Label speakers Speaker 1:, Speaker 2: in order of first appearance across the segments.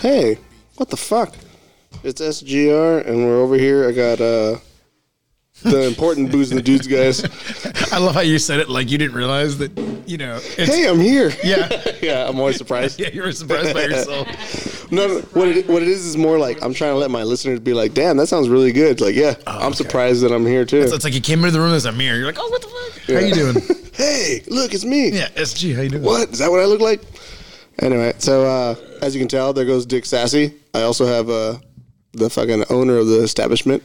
Speaker 1: hey, what the fuck? It's SGR, and we're over here. I got uh, the important booze and the dudes guys.
Speaker 2: I love how you said it like you didn't realize that, you know. It's,
Speaker 1: Hey, I'm here.
Speaker 2: Yeah.
Speaker 1: yeah, I'm always surprised.
Speaker 2: Yeah, you were surprised by yourself.
Speaker 1: No, no what it, what it is is more like I'm trying to let my listeners be like, damn, that sounds really good. Like, yeah, I'm surprised that I'm here too.
Speaker 2: So it's like you came into the room, there's a mirror. You're like, oh, what the fuck? How you doing?
Speaker 1: hey, look, it's me.
Speaker 2: Yeah, SG, how you doing?
Speaker 1: What is that? What I look like? Anyway, so uh, as you can tell, there goes Dick Sassy. I also have uh, the fucking owner of the establishment,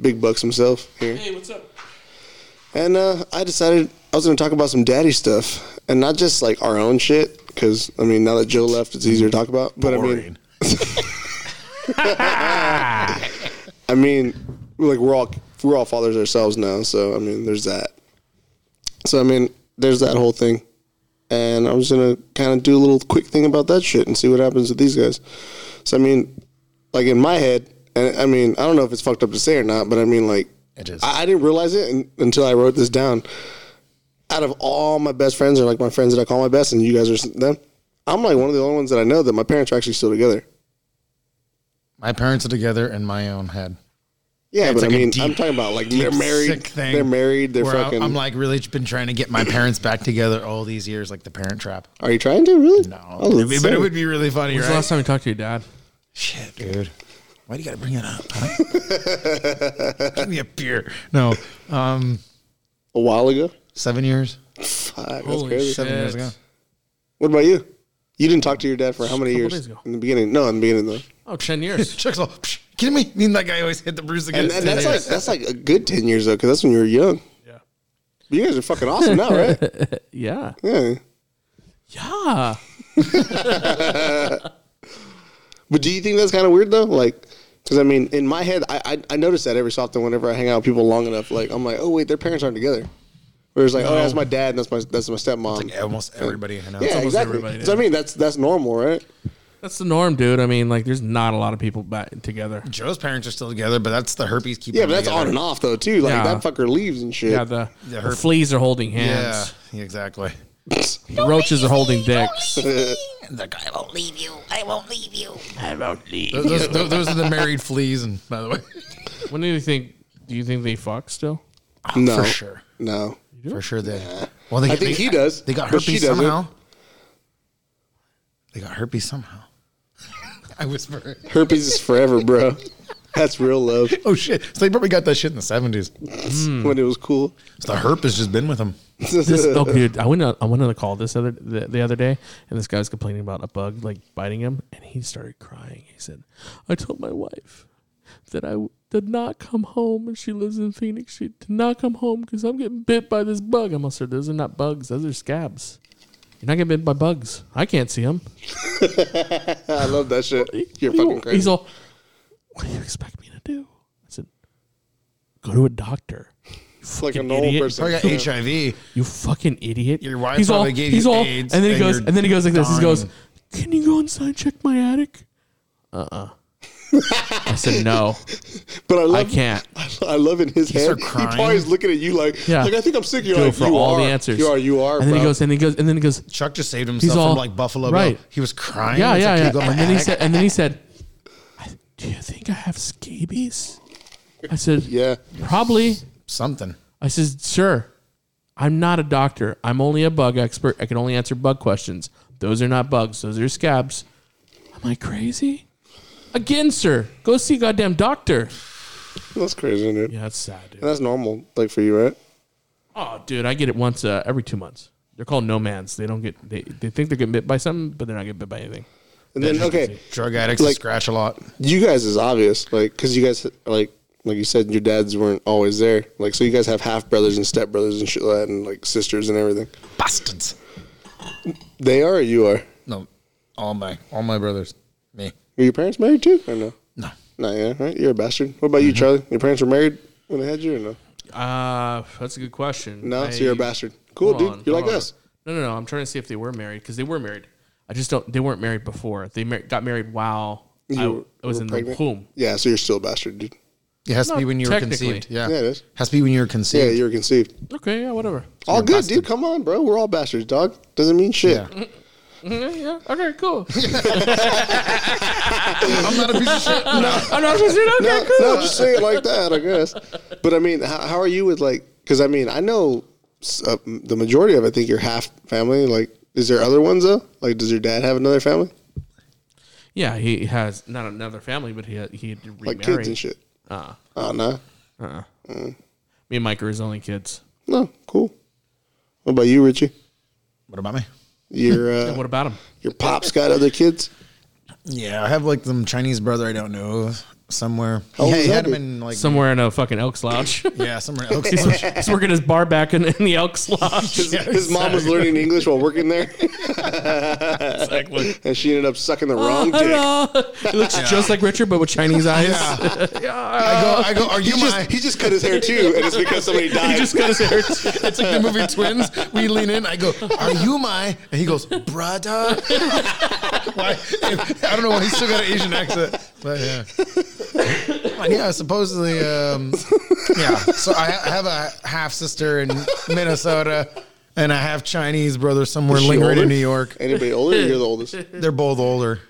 Speaker 1: Big Bucks himself here.
Speaker 3: Hey, what's up?
Speaker 1: And uh, I decided I was going to talk about some daddy stuff and not just like our own shit. Because, I mean, now that Joe left, it's easier to talk about. But I mean,
Speaker 2: Boring.
Speaker 1: I mean, like we're all we're all fathers ourselves now, so I mean, there's that. So I mean, there's that whole thing, and I'm just gonna kind of do a little quick thing about that shit and see what happens with these guys. So I mean, like in my head, and I mean, I don't know if it's fucked up to say or not, but I mean, like,
Speaker 2: It is.
Speaker 1: I, I didn't realize it un until I wrote this down. Out of all my best friends, or like my friends that I call my best, and you guys are s- them, I'm like one of the only ones that I know that my parents are actually still together.
Speaker 2: My parents are together in my own head.
Speaker 1: Yeah,
Speaker 2: It's
Speaker 1: but
Speaker 2: like
Speaker 1: I
Speaker 2: a
Speaker 1: mean,
Speaker 2: deep,
Speaker 1: I'm talking about like
Speaker 2: deep,
Speaker 1: they're married.
Speaker 2: sick thing
Speaker 1: They're married. They're
Speaker 2: where I-
Speaker 1: fucking.
Speaker 2: I'm like really been trying to get my parents back together all these years, like the Parent Trap.
Speaker 1: are you trying to really?
Speaker 2: No,
Speaker 1: I was
Speaker 2: It'd be- but
Speaker 1: insane.
Speaker 2: it would be really funny,
Speaker 3: When's
Speaker 2: right?
Speaker 3: the last time you talked to your dad?
Speaker 2: Shit, dude. Why do you got to bring it up? huh? Give me a beer. No, um,
Speaker 1: a while ago.
Speaker 2: seven years.
Speaker 1: Fuck, that's
Speaker 3: Holy
Speaker 1: crazy.
Speaker 3: shit.
Speaker 2: Seven years ago.
Speaker 1: What about you? You didn't talk to your dad for how many
Speaker 3: Couple
Speaker 1: years?
Speaker 3: days ago.
Speaker 1: In the beginning, no, in the beginning though.
Speaker 3: Oh, 10 years.
Speaker 2: Chuck's all, Psh, kidding me? Me and that guy always hit the bruise again.
Speaker 1: And, and that's like that's like a good ten years though, because that's when you were young.
Speaker 3: yeah.
Speaker 1: You guys are fucking awesome now, right?
Speaker 3: Yeah.
Speaker 1: Yeah.
Speaker 3: Yeah.
Speaker 1: But do you think that's kind of weird though? Like, because I mean, in my head, I, I I notice that every so often whenever I hang out with people long enough, like I'm like, oh wait, their parents aren't together. Whereas like, oh, that's my dad, and that's my that's my stepmom.
Speaker 2: Like almost everybody I know.
Speaker 1: yeah, exactly.
Speaker 3: everybody
Speaker 1: So I mean, that's that's normal, right?
Speaker 3: That's the norm, dude. I mean, like, there's not a lot of people back together.
Speaker 2: Joe's parents are still together, but that's the herpes keeping.
Speaker 1: Yeah, but
Speaker 2: them
Speaker 1: that's
Speaker 2: together.
Speaker 1: on and off though too. Like
Speaker 3: Yeah.
Speaker 1: that fucker leaves and shit.
Speaker 3: Yeah, the,
Speaker 2: Yeah,
Speaker 3: the
Speaker 2: her-
Speaker 3: fleas are holding
Speaker 2: Yeah,
Speaker 3: hands.
Speaker 2: yeah, exactly.
Speaker 3: The roaches are holding dicks.
Speaker 2: And the guy won't leave you. I won't leave you. I won't leave. Those, those, those, those are the married fleas, and by the way,
Speaker 3: When do you think? Do you think they fuck still?
Speaker 1: no,
Speaker 2: for sure,
Speaker 1: no.
Speaker 2: for sure they. Well, they,
Speaker 1: I think
Speaker 2: they-
Speaker 1: he does,
Speaker 2: They got
Speaker 1: but she
Speaker 2: herpes
Speaker 1: doesn't.
Speaker 2: somehow. They got herpes somehow. I whisper.
Speaker 1: Herpes is forever, bro. That's real love.
Speaker 2: Oh shit! So they probably got that shit in the seventies.
Speaker 1: When it was cool.
Speaker 2: So the herp has just been with them.
Speaker 3: Hmm. This, oh, dude, I went on, I went on a call this other the, the other day, and this guy was complaining about a bug like biting him, and he started crying. He said, "I told my wife that I w- did not come home, and she lives in Phoenix. She did not come home because I'm getting bit by this bug." I'm like, "Sir, those are not bugs. Those are scabs. You're not getting bit by bugs. I can't see them."
Speaker 1: I love that shit. You're
Speaker 3: He's all-
Speaker 1: fucking
Speaker 3: He's
Speaker 1: crazy.
Speaker 3: all, "What do you expect me to do?" I said, "Go to a doctor."
Speaker 1: It's like an
Speaker 3: fucking
Speaker 1: old
Speaker 3: idiot.
Speaker 1: person.
Speaker 2: Probably got HIV.
Speaker 3: You fucking idiot.
Speaker 2: Your wife
Speaker 3: he's all,
Speaker 2: probably gave
Speaker 3: he's
Speaker 2: you
Speaker 3: all,
Speaker 2: AIDS
Speaker 3: And then he
Speaker 2: and
Speaker 3: goes,
Speaker 2: you're
Speaker 3: and then he goes like this. He goes,
Speaker 2: dying.
Speaker 3: Can you go inside and check my attic? Uh uh I said, No,
Speaker 1: But I love.
Speaker 3: I can't.
Speaker 1: I love in his head.
Speaker 2: start
Speaker 1: He
Speaker 2: crying.
Speaker 1: probably's looking at you like,
Speaker 3: Yeah.
Speaker 1: like I think I'm sick. You're
Speaker 3: Go
Speaker 1: like,
Speaker 3: for
Speaker 1: you
Speaker 3: all
Speaker 1: are.
Speaker 3: the answers.
Speaker 1: You are. You are.
Speaker 3: And then he
Speaker 1: bro.
Speaker 3: goes, and he goes, and then he goes,
Speaker 2: Chuck just saved himself
Speaker 3: all-
Speaker 2: from like Buffalo
Speaker 3: right.
Speaker 2: Bill. He was crying.
Speaker 3: Yeah,
Speaker 2: He's
Speaker 3: yeah,
Speaker 2: like,
Speaker 3: yeah.
Speaker 2: "Can you go in my
Speaker 3: And then he
Speaker 2: attic?"
Speaker 3: said, and then he said, "I- Do you think I have scabies? I said,
Speaker 1: yeah.
Speaker 3: Probably.
Speaker 2: something.
Speaker 3: I said, Sir, I'm not a doctor. I'm only a bug expert. I can only answer bug questions. Those are not bugs, those are scabs. Am I crazy? Again, sir, go see a goddamn doctor.
Speaker 1: That's crazy, dude.
Speaker 3: Yeah, that's sad, dude.
Speaker 1: That's normal, like for you, right?
Speaker 3: Oh, dude, I get it once uh, every two months. They're called no mans. They don't get they, they think they're getting bit by something, but they're not getting bit by anything.
Speaker 1: And then okay,
Speaker 2: Drug addicts
Speaker 1: Like-
Speaker 2: scratch a lot.
Speaker 1: you guys is obvious, like because you guys like like you said, your dads weren't always there, like so you guys have half brothers and step brothers and shit like that, and like sisters and everything.
Speaker 2: Bastards.
Speaker 1: They are. Or you are.
Speaker 2: No, all my all my brothers. Me.
Speaker 1: Were your parents married too? Or no?
Speaker 2: No.
Speaker 1: Not yeah, right? You're a bastard. What about
Speaker 3: Mm-hmm.
Speaker 1: you, Charlie? Your parents were married when they had you or no?
Speaker 3: Uh, that's a good question.
Speaker 1: No,
Speaker 3: I-
Speaker 1: so you're a bastard. Cool,
Speaker 3: Hold
Speaker 1: dude.
Speaker 3: on,
Speaker 1: you're
Speaker 3: hold
Speaker 1: like
Speaker 3: on.
Speaker 1: us.
Speaker 3: No, no, no. I'm trying to see if they were married because they were married. I just don't. They weren't married before. They mar- got married while I,
Speaker 1: You
Speaker 3: I was
Speaker 1: were
Speaker 3: in
Speaker 1: pregnant?
Speaker 3: the womb.
Speaker 1: Yeah, so you're still a bastard, dude.
Speaker 2: It has to be
Speaker 3: Not
Speaker 2: when you were
Speaker 3: technically.
Speaker 2: conceived. Yeah.
Speaker 1: Yeah, it is.
Speaker 2: Has to be when you were
Speaker 1: Yeah,
Speaker 2: conceived.
Speaker 1: you were conceived.
Speaker 3: Okay, yeah, whatever.
Speaker 1: All good, dude. Come on, bro. We're all bastards, dog. Doesn't mean shit.
Speaker 2: Yeah.
Speaker 3: Mm, yeah. Okay. Cool.
Speaker 2: I'm not a piece of shit.
Speaker 3: I'm not just okay.
Speaker 1: no,
Speaker 3: cool.
Speaker 1: no, just say it like that, I guess. But I mean, how, how are you with like? Because I mean, I know s- uh, m- the majority of. I think you're half family. Like, is there other ones though? Like, does your dad have another family?
Speaker 3: Yeah, he has not another family, but he had, he had to remarry.
Speaker 1: Like kids and shit.
Speaker 3: Uh,
Speaker 1: Oh no,
Speaker 3: me and Mike are his only kids.
Speaker 1: no, cool. What about you, Richie?
Speaker 2: What about me?
Speaker 1: Your
Speaker 3: And
Speaker 1: uh,
Speaker 3: what about him?
Speaker 1: your pops got other kids.
Speaker 2: Yeah, I have like some Chinese brother I don't know somewhere.
Speaker 1: How old
Speaker 2: yeah,
Speaker 1: is
Speaker 2: he had
Speaker 1: that
Speaker 2: him
Speaker 1: dude?
Speaker 2: in like
Speaker 3: Somewhere in a fucking Elks Lodge.
Speaker 2: yeah somewhere. It looks like-
Speaker 3: He's working his bar back in, in the Elks Lodge.
Speaker 1: His, his mom was learning English while working there,
Speaker 3: exactly.
Speaker 1: and she ended up sucking the wrong dick.
Speaker 3: Oh, Hello. He looks just like Richard, but with Chinese eyes.
Speaker 2: yeah. I go. I go. Are you
Speaker 1: He
Speaker 2: my?
Speaker 1: just, he just cut his hair too, and it's because somebody died.
Speaker 3: He just got his hair. too.
Speaker 2: it's like the movie Twins. We lean in. I go, "Are you my?" And he goes, "Brother." why? I don't know why he still got an Asian accent. But yeah, And yeah. Supposedly, um, yeah. So I, I have a half sister in Minnesota, and a half Chinese brother somewhere
Speaker 1: Is she
Speaker 2: lingering
Speaker 1: older?
Speaker 2: in New York.
Speaker 1: Anybody older? You're the oldest.
Speaker 2: They're both older.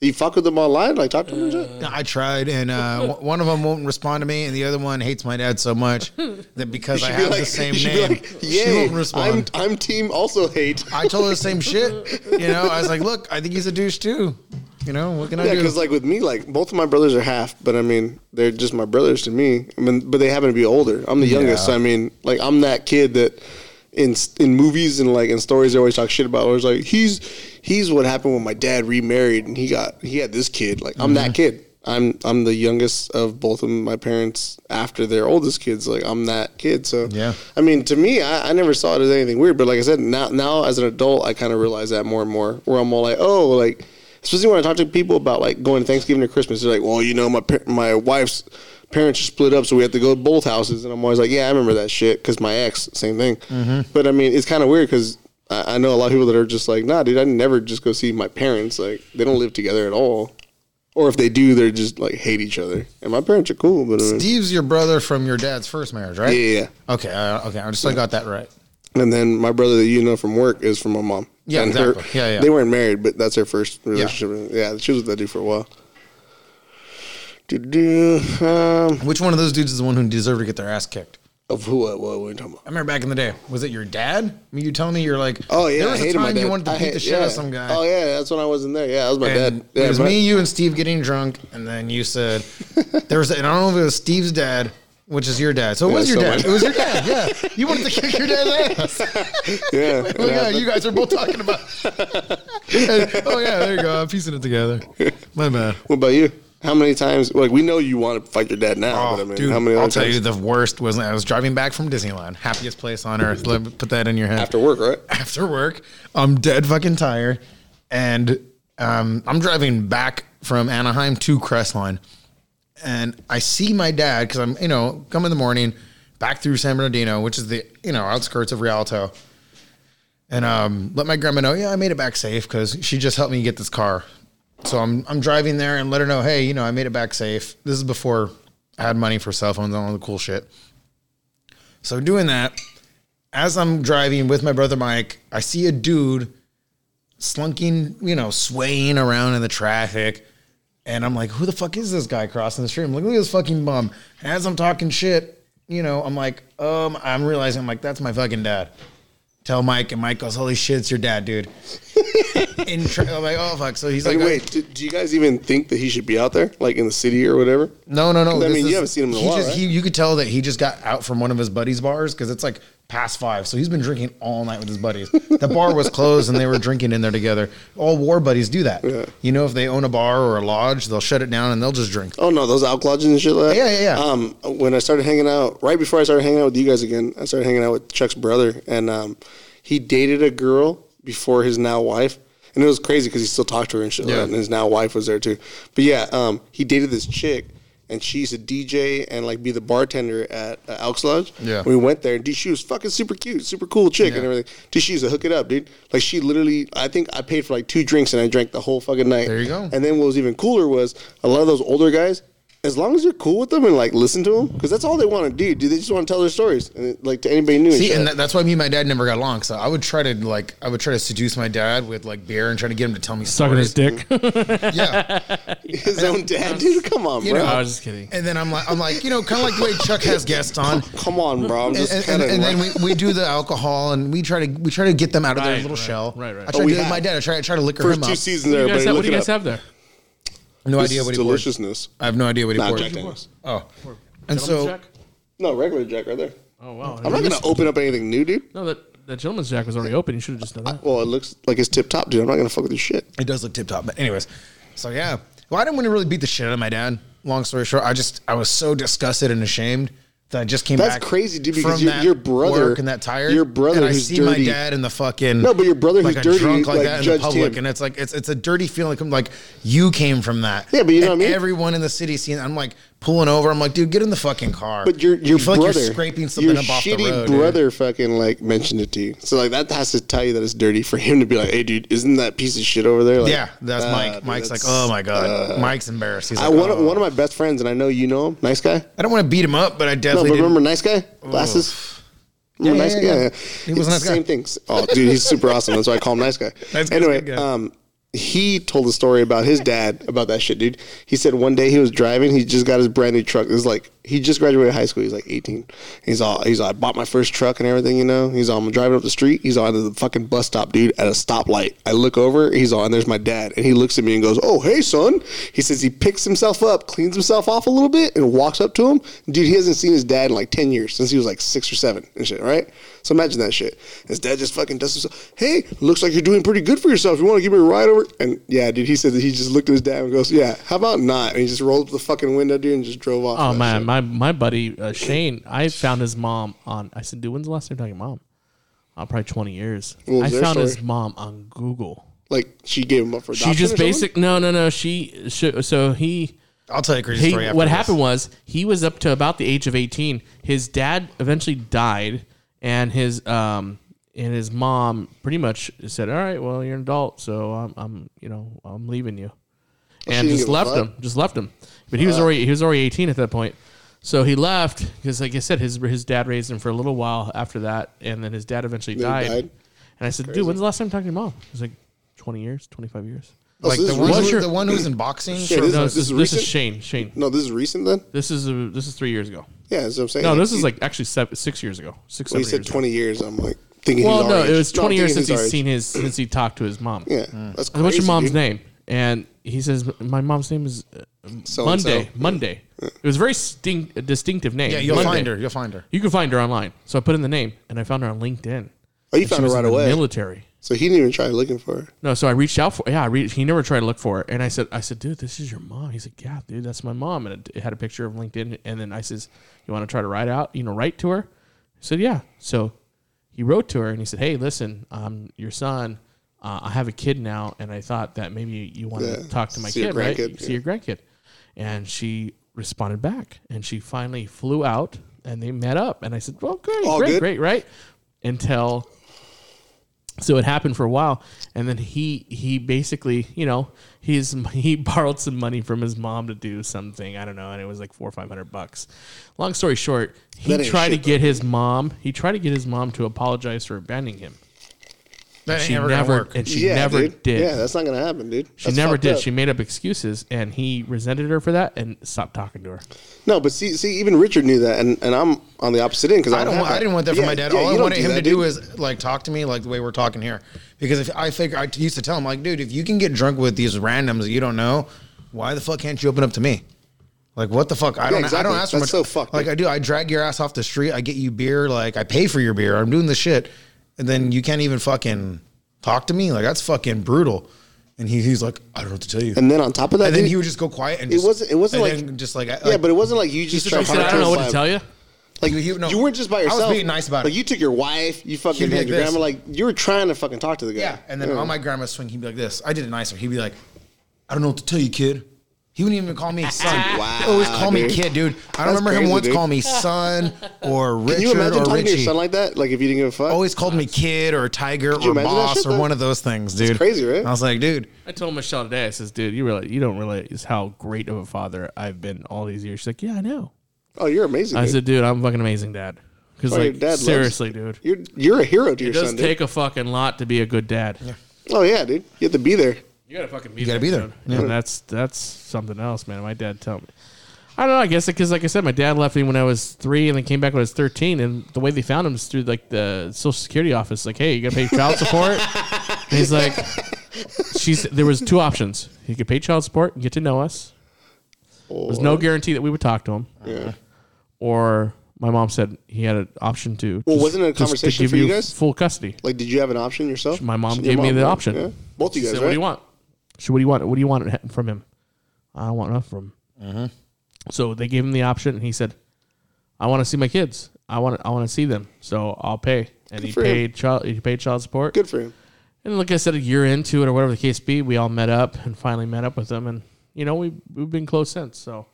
Speaker 1: You fuck with them online, like talk to them and shit.
Speaker 2: No, I tried, and uh, w- one of them won't respond to me, and the other one hates my dad so much that because I
Speaker 1: She'd be
Speaker 2: have the
Speaker 1: like-
Speaker 2: same
Speaker 1: she'd be
Speaker 2: name,
Speaker 1: like,
Speaker 2: she
Speaker 1: "Yay,
Speaker 2: won't respond.
Speaker 1: I'm, I'm team also hate.
Speaker 2: I told her the same shit. You know, I was like, look, I think he's a douche too. You know, what can I
Speaker 1: Yeah,
Speaker 2: do?
Speaker 1: because like with me, like both of my brothers are half, but I mean they're just my brothers to me. I mean, but they happen to be older. I'm the youngest.
Speaker 2: Yeah.
Speaker 1: So I mean, like I'm that kid that in in movies and like in stories they always talk shit about. Always like he's he's what happened when my dad remarried and he got he had this kid. Like I'm
Speaker 2: Mm-hmm.
Speaker 1: that kid. I'm I'm the youngest of both of my parents after their oldest kids. Like I'm that kid. So
Speaker 2: Yeah.
Speaker 1: I mean, to me, I, I never saw it as anything weird. But like I said, now now as an adult, I kind of realize that more and more. Where I'm all like, oh, like especially when I talk to people about like going to Thanksgiving or Christmas, they're like, well, you know, my par- my wife's parents are split up, so we have to go to both houses. And I'm always like, yeah, I remember that shit because my ex, same thing. But I mean, it's kind of weird because. I I know a lot of people that are just like, nah, dude, I never just go see my parents. Like, they don't live together at all. Or if they do, they're just like hate each other. And my parents are cool, but I mean,
Speaker 2: Steve's your brother from your dad's first marriage, right?
Speaker 1: yeah, yeah.
Speaker 2: Okay, uh, okay, I just I got that right.
Speaker 1: And then my brother that you know from work is from my mom.
Speaker 2: Yeah,
Speaker 1: and
Speaker 2: exactly. Yeah, yeah.
Speaker 1: They weren't married, but that's her first relationship. Yeah, she was with that dude for a while. Do-do, Um,
Speaker 2: Which one of those dudes is the one who deserved to get their ass kicked?
Speaker 1: of who? What, what were we talking about?
Speaker 2: I remember back in the day. Was it your dad? I mean, you telling me you're like,
Speaker 1: Oh yeah,
Speaker 2: there
Speaker 1: I
Speaker 2: was a
Speaker 1: hated my
Speaker 2: time
Speaker 1: dad.
Speaker 2: you wanted to
Speaker 1: I
Speaker 2: beat the
Speaker 1: hate-
Speaker 2: shit out
Speaker 1: yeah.
Speaker 2: of some guy.
Speaker 1: Oh yeah, that's when I wasn't there. Yeah, that was my
Speaker 2: And
Speaker 1: dad. Yeah,
Speaker 2: it was
Speaker 1: my-
Speaker 2: me, you, and Steve getting drunk, and then you said there was. And I don't know if it was Steve's dad, which is your dad. So it
Speaker 1: Yeah,
Speaker 2: was your
Speaker 1: someone.
Speaker 2: dad. It was your dad. Yeah, you wanted to kick your dad's ass.
Speaker 1: Yeah,
Speaker 2: Oh
Speaker 1: it
Speaker 2: yeah,
Speaker 1: happened.
Speaker 2: you guys are both talking about. oh yeah, there you go. I'm piecing it together. My bad.
Speaker 1: what about you? How many times? Like we know you want to fight your dad now, but I mean, how many?
Speaker 2: Oh, I'll
Speaker 1: other
Speaker 2: tell
Speaker 1: times?
Speaker 2: you, the worst was I was driving back from Disneyland, happiest place on earth. Let me put that in your head.
Speaker 1: after work, right?
Speaker 2: after work, I'm dead fucking tired, and um, I'm driving back from Anaheim to Crestline, and I see my dad because I'm you know come in the morning back through San Bernardino, which is the you know outskirts of Rialto, and um, let my grandma know, yeah, I made it back safe because she just helped me get this car. So I'm I'm driving there and let her know, hey, you know, I made it back safe. This is before I had money for cell phones and all the cool shit. So doing that, as I'm driving with my brother Mike, I see a dude slunking, you know, swaying around in the traffic. And I'm like, who the fuck is this guy crossing the street? I'm like, look at this fucking bum. As I'm talking shit, you know, I'm like, um, I'm realizing, I'm like, that's my fucking dad. Tell Mike, and Mike goes, holy shit, it's your dad, dude. in tra- I'm like, oh fuck. So he's like,
Speaker 1: Like, wait, do, do you guys even think that he should be out there, like in the city or whatever?
Speaker 2: No, no, no.
Speaker 1: I
Speaker 2: this
Speaker 1: mean, you
Speaker 2: is-
Speaker 1: haven't seen him in a
Speaker 2: he
Speaker 1: while,
Speaker 2: Just,
Speaker 1: right?
Speaker 2: he, you could tell that he just got out from one of his buddies' bars because it's like past five. So he's been drinking all night with his buddies. the bar was closed and they were drinking in there together. All war buddies do that. You know, if they own a bar or a lodge, they'll shut it down and they'll just drink.
Speaker 1: Oh no, those out lodges and shit like that.
Speaker 2: Yeah, yeah, yeah.
Speaker 1: Um, when I started hanging out, right before I started hanging out with you guys again, I started hanging out with Chuck's brother, and um, he dated a girl before his now wife, and it was crazy because he still talked to her and shit. Like
Speaker 2: Yeah.
Speaker 1: that, and his now wife was there too. But yeah, um, he dated this chick. And she used to DJ and like be the bartender at uh, Elks Lodge.
Speaker 2: Yeah.
Speaker 1: we went there, and dude, she was fucking super cute, super cool chick, and
Speaker 2: Yeah.
Speaker 1: everything. Dude, she used to hook it up, dude. Like she literally, I think I paid for like two drinks, and I drank the whole fucking night.
Speaker 2: There you go.
Speaker 1: And then what was even cooler was a lot of those older guys as long as you're cool with them and like listen to them, because that's all they want to do. Do they just want to tell their stories and like to anybody new?
Speaker 2: See,
Speaker 1: shit.
Speaker 2: and that, that's why me and my dad never got along. So I would try to like, I would try to seduce my dad with like beer and try to get him to tell me
Speaker 3: Sucking his
Speaker 2: stories.
Speaker 3: dick.
Speaker 2: Yeah,
Speaker 1: his own dad, dude. Come on,
Speaker 2: you
Speaker 1: bro.
Speaker 2: know.
Speaker 3: I was just kidding.
Speaker 2: and then I'm like, I'm like, you know, kind of like the way Chuck has guests on.
Speaker 1: Come on, bro. I'm
Speaker 2: And,
Speaker 1: just
Speaker 2: and-
Speaker 1: kind of.
Speaker 2: and then we, we do the alcohol and we try to we try to get them out of their
Speaker 3: Right,
Speaker 2: little
Speaker 3: right,
Speaker 2: shell.
Speaker 3: right, right.
Speaker 2: I try
Speaker 1: Oh,
Speaker 2: to
Speaker 1: we
Speaker 2: do it with
Speaker 1: have.
Speaker 2: my dad. I try, I try to liquor
Speaker 1: First
Speaker 2: him
Speaker 1: two
Speaker 2: up.
Speaker 1: seasons,
Speaker 3: You guys
Speaker 1: everybody.
Speaker 3: have, what
Speaker 1: look
Speaker 3: do you
Speaker 1: it
Speaker 3: guys
Speaker 1: up.
Speaker 3: have there?
Speaker 2: No
Speaker 1: This
Speaker 2: idea
Speaker 1: is
Speaker 2: what he poured.
Speaker 1: deliciousness.
Speaker 2: I have no idea what he
Speaker 1: Not
Speaker 2: poured.
Speaker 1: Jack Daniels.
Speaker 2: Oh, and so
Speaker 1: No, regular Jack right there.
Speaker 3: Oh wow.
Speaker 1: I'm not gonna open up anything new, dude.
Speaker 3: No, that that gentleman's jack was already open. You should have just done that.
Speaker 1: Well, it looks like it's tip top, dude. I'm not gonna fuck with your shit.
Speaker 2: It does look tip top. But anyways, so yeah. Well, I didn't want to really beat the shit out of my dad. Long story short, I just I was so disgusted and ashamed that I just came
Speaker 1: That's
Speaker 2: back.
Speaker 1: crazy, dude, because
Speaker 2: from
Speaker 1: your-
Speaker 2: that
Speaker 1: your brother-
Speaker 2: work and that tired.
Speaker 1: your brother
Speaker 2: and I
Speaker 1: who's
Speaker 2: see my
Speaker 1: dirty-
Speaker 2: dad in the fucking
Speaker 1: No, but your brother who's
Speaker 2: like a
Speaker 1: dirty,
Speaker 2: drunk like,
Speaker 1: like,
Speaker 2: that in the
Speaker 1: judged
Speaker 2: public,
Speaker 1: him.
Speaker 2: and it's like it's it's a dirty feeling. I'm like you came from that.
Speaker 1: Yeah, but you know
Speaker 2: And
Speaker 1: what I mean?
Speaker 2: Everyone in the city seeing, I'm like pulling over. I'm like, dude, get in the fucking car.
Speaker 1: But your your
Speaker 2: you feel
Speaker 1: brother,
Speaker 2: like you're scraping something
Speaker 1: your
Speaker 2: up off the
Speaker 1: shitty
Speaker 2: road. dude.
Speaker 1: brother, fucking like mentioned it to you. So like that has to tell you that it's dirty for him to be like, hey, dude, isn't that piece of shit over there? Like,
Speaker 2: Yeah, that's
Speaker 1: "Ah,
Speaker 2: Mike.
Speaker 1: dude,
Speaker 2: Mike's like,
Speaker 1: that's- uh,
Speaker 2: oh my god. Mike's embarrassed. He's
Speaker 1: I
Speaker 2: like,
Speaker 1: one
Speaker 2: oh.
Speaker 1: of, one of my best friends, and I know you know him. Nice guy.
Speaker 2: I don't want to beat him up, but I
Speaker 1: No,
Speaker 2: definitely
Speaker 1: but
Speaker 2: did-
Speaker 1: remember nice guy glasses. Remember
Speaker 2: Yeah,
Speaker 1: nice
Speaker 2: yeah,
Speaker 1: guy?
Speaker 2: yeah.
Speaker 1: He
Speaker 2: He was
Speaker 1: was
Speaker 2: a nice guy.
Speaker 1: Same things. Oh, dude, he's super awesome. That's why I call him nice guy.
Speaker 2: Nice guy's a
Speaker 1: anyway,
Speaker 2: good guy.
Speaker 1: um, he told a story about his dad about that shit, dude. He said one day he was driving. He just got his brand new truck. It was like he just graduated high school. He's like 18. He's all he's all, I bought my first truck and everything. You know, he's all I'm driving up the street. He's on the fucking bus stop, dude, at a stoplight. I look over. He's on. There's my dad, and he looks at me and goes, "Oh, hey, son." He says he picks himself up, cleans himself off a little bit, and walks up to him. Dude, he hasn't seen his dad in like 10 years since he was like six or seven and shit, right? So imagine that shit. His dad just fucking does himself. Hey, looks like you're doing pretty good for yourself. You want to give me a ride over? And yeah, dude, he said that he just looked at his dad and goes, "Yeah, how about not?" And he just rolled up the fucking window, dude, and just drove off.
Speaker 3: Oh
Speaker 1: That
Speaker 3: man,
Speaker 1: shit.
Speaker 3: my my buddy uh, Shane, I found his mom on. I said, "Dude, when's the last time you talking to mom?" Uh, probably twenty years.
Speaker 1: What was
Speaker 3: I
Speaker 1: their
Speaker 3: found his
Speaker 1: story?
Speaker 3: mom on Google.
Speaker 1: like she gave him up for
Speaker 3: She
Speaker 1: adoption.
Speaker 3: just
Speaker 1: or something?
Speaker 3: basic. No, no, no. She so, so he
Speaker 2: I'll tell you a crazy
Speaker 3: he,
Speaker 2: story. After
Speaker 3: what
Speaker 2: this.
Speaker 3: happened was he was up to about the age of 18 his dad eventually died and his um and his mom pretty much said all right well you're an adult so i'm, I'm you know i'm leaving you and
Speaker 1: didn't
Speaker 3: just
Speaker 1: give a Uh.
Speaker 3: left
Speaker 1: fuck?
Speaker 3: him just left him but he was already he was already 18 at that point so he left because like i said his his dad raised him for a little while after that and then his dad eventually
Speaker 1: Then he
Speaker 3: died.
Speaker 1: died?
Speaker 3: and i said dude when's the last time you talked to your mom he's like 20 years 25 years
Speaker 1: Oh, so
Speaker 2: Like
Speaker 1: this
Speaker 2: the,
Speaker 1: is
Speaker 2: one
Speaker 1: recent?
Speaker 2: who,
Speaker 3: your-
Speaker 2: the one who's in boxing.
Speaker 1: Yeah, this,
Speaker 3: no,
Speaker 1: is,
Speaker 3: this,
Speaker 1: this is
Speaker 3: is, this is
Speaker 1: recent.
Speaker 3: shane shane
Speaker 1: no, this is recent then.
Speaker 3: this is uh this is three years ago
Speaker 1: Yeah, that's what I'm saying.
Speaker 3: no,
Speaker 1: Like,
Speaker 3: this
Speaker 1: he-
Speaker 3: is like actually seven, six years ago. Six,
Speaker 1: Well,
Speaker 3: seven
Speaker 1: he said
Speaker 3: years
Speaker 1: 20 years. I'm like thinking.
Speaker 3: Ago. Well,
Speaker 1: he's
Speaker 3: no,
Speaker 1: our age.
Speaker 3: it was
Speaker 1: No, I'm
Speaker 3: twenty years since
Speaker 1: thinking
Speaker 3: he's
Speaker 1: our age.
Speaker 3: seen his since he talked to his mom.
Speaker 1: Yeah, that's
Speaker 3: I said,
Speaker 1: crazy.
Speaker 3: What's your mom's
Speaker 1: dude.
Speaker 3: name? And he says, my mom's name is uh,
Speaker 1: So-and-so.
Speaker 3: Monday. Monday. It was a very sting, a distinctive name.
Speaker 2: Yeah, you'll
Speaker 3: Monday.
Speaker 2: find her. You'll find her.
Speaker 3: You can find her online. So I put in the name, and I found her on LinkedIn.
Speaker 1: Oh, you
Speaker 3: She
Speaker 1: found her
Speaker 3: was
Speaker 1: right
Speaker 3: in the
Speaker 1: away.
Speaker 3: Military.
Speaker 1: so he didn't even try looking for her.
Speaker 3: No, so I reached out for yeah. I reached, he never tried to look for it, and I said, I said, dude, this is your mom. He's like, yeah, dude, that's my mom, and it, it had a picture of LinkedIn, and then I says, you want to try to write out, you know, write to her. He said, yeah. So he wrote to her and he said, hey, listen, I'm your son. Uh, I have a kid now, and I thought that maybe you want
Speaker 1: Yeah,
Speaker 3: to talk to my
Speaker 1: see
Speaker 3: kid,
Speaker 1: your
Speaker 3: right?
Speaker 1: grandkid,
Speaker 3: See your grandkid, and she responded back, and she finally flew out, and they met up, and I said, well, great,
Speaker 1: All
Speaker 3: great,
Speaker 1: good?
Speaker 3: great, right? Until so it happened for a while and then he he basically you know he's he borrowed some money from his mom to do something i don't know and it was like four or five hundred bucks long story short he
Speaker 1: That ain't
Speaker 3: tried to
Speaker 1: shit,
Speaker 3: get his mom he tried to get his mom to apologize for abandoning him
Speaker 2: That ain't
Speaker 3: she
Speaker 2: never,
Speaker 3: never,
Speaker 2: gonna work.
Speaker 3: and she
Speaker 1: yeah,
Speaker 3: never
Speaker 1: dude.
Speaker 3: did
Speaker 1: Yeah, that's not gonna happen, dude.
Speaker 3: she never did she made up excuses and he resented her for that and stopped talking to her
Speaker 1: no, but see, see, even Richard knew that, and, and I'm on the opposite end because I,
Speaker 2: I don't.
Speaker 1: have
Speaker 2: Want, I didn't want that for
Speaker 1: Yeah,
Speaker 2: my dad.
Speaker 1: yeah,
Speaker 2: All
Speaker 1: you
Speaker 2: I
Speaker 1: don't
Speaker 2: wanted him
Speaker 1: that,
Speaker 2: to do
Speaker 1: dude.
Speaker 2: is like talk to me like the way we're talking here, because if I figure I used to tell him like, dude, if you can get drunk with these randoms that you don't know, why the fuck can't you open up to me? Like what the fuck? I don't. I
Speaker 1: exactly.
Speaker 2: don't ask for
Speaker 1: That's
Speaker 2: much.
Speaker 1: so fucked,
Speaker 2: like
Speaker 1: dude.
Speaker 2: I do. I drag your ass off the street. I get you beer. Like I pay for your beer. I'm doing this shit, and then you can't even fucking talk to me. Like that's fucking brutal. And he, he's like, I don't know what to tell you.
Speaker 1: And then on top of that,
Speaker 2: and then
Speaker 1: dude,
Speaker 2: he would just go quiet and
Speaker 1: it
Speaker 2: just,
Speaker 1: wasn't. It wasn't
Speaker 2: and
Speaker 1: like
Speaker 2: then just like,
Speaker 1: yeah, but it wasn't like you just
Speaker 2: just
Speaker 1: tried
Speaker 2: like
Speaker 3: He said, i don't know what to tell you
Speaker 1: Like
Speaker 2: You- you- no.
Speaker 1: you weren't just by
Speaker 2: I was
Speaker 1: yourself.
Speaker 2: being nice about
Speaker 1: Like
Speaker 2: it.
Speaker 1: you took your wife, you fucking
Speaker 2: He'd be
Speaker 1: had
Speaker 2: like
Speaker 1: your
Speaker 2: this.
Speaker 1: grandma. Like you were trying to fucking talk to the guy.
Speaker 2: yeah. And then on my grandma's swing, he'd be like this. I did it nicer. He'd be like, I don't know what to tell you, kid. He wouldn't even call me son.
Speaker 1: Wow,
Speaker 2: He always call me
Speaker 1: dude.
Speaker 2: kid, dude. I don't
Speaker 1: That's
Speaker 2: remember him
Speaker 1: crazy,
Speaker 2: once
Speaker 1: dude.
Speaker 2: call me son or Richard
Speaker 1: Can you imagine
Speaker 2: or
Speaker 1: talking to your
Speaker 2: Richie.
Speaker 1: son like that? Like if you didn't give a fuck.
Speaker 2: always called me kid or tiger
Speaker 1: you
Speaker 2: or
Speaker 1: imagine that
Speaker 2: boss
Speaker 1: shit,
Speaker 2: or
Speaker 1: though?
Speaker 2: one of those things, dude.
Speaker 1: crazy, right?
Speaker 2: I was like, dude,
Speaker 3: I told Michelle today, I says, dude, you realize you don't realize how great of a father I've been all these years. She's like, yeah, I know.
Speaker 1: oh, you're amazing.
Speaker 3: I
Speaker 1: Dude.
Speaker 3: said, dude, I'm fucking amazing dad. Because
Speaker 1: Oh, your
Speaker 3: like
Speaker 1: dad loves-
Speaker 3: seriously, dude.
Speaker 1: you're you're a hero to your
Speaker 3: It does
Speaker 1: son,
Speaker 3: take a fucking lot to be a good dad.
Speaker 1: dude. Oh yeah, dude. You have to be there.
Speaker 3: You gotta fucking be
Speaker 2: gotta be there.
Speaker 3: man. And that's that's something else, man. My dad tell me. I don't know. I guess because, like I said, my dad left me when I was three, and then came back when I was thirteen. And the way they found him is through like the Social Security office. Like, hey, you gotta pay child support. and he's like, she's there was two options. He could pay child support and get to know us. There's no guarantee that we would talk to him.
Speaker 1: Yeah.
Speaker 3: Or my mom said he had an option to.
Speaker 1: Well, wasn't it a conversation for you guys?
Speaker 3: Full custody.
Speaker 1: Like, did you have an option yourself?
Speaker 3: My mom
Speaker 1: Your
Speaker 3: gave me the
Speaker 1: right?
Speaker 3: option.
Speaker 1: Yeah. Both of you
Speaker 3: She
Speaker 1: guys,
Speaker 3: said,
Speaker 1: right?
Speaker 3: "What do you want?" She, "What do you want? What do you want from him?" I don't want enough from. him. So they gave him the option, and he said, "I want to see my kids. I want I want to see them. So I'll pay." And he
Speaker 1: for him.
Speaker 3: paid child he paid child support.
Speaker 1: Good for him.
Speaker 3: And like I said, a year into it or whatever the case be, we all met up and finally met up with them, and you know we we've been close since. So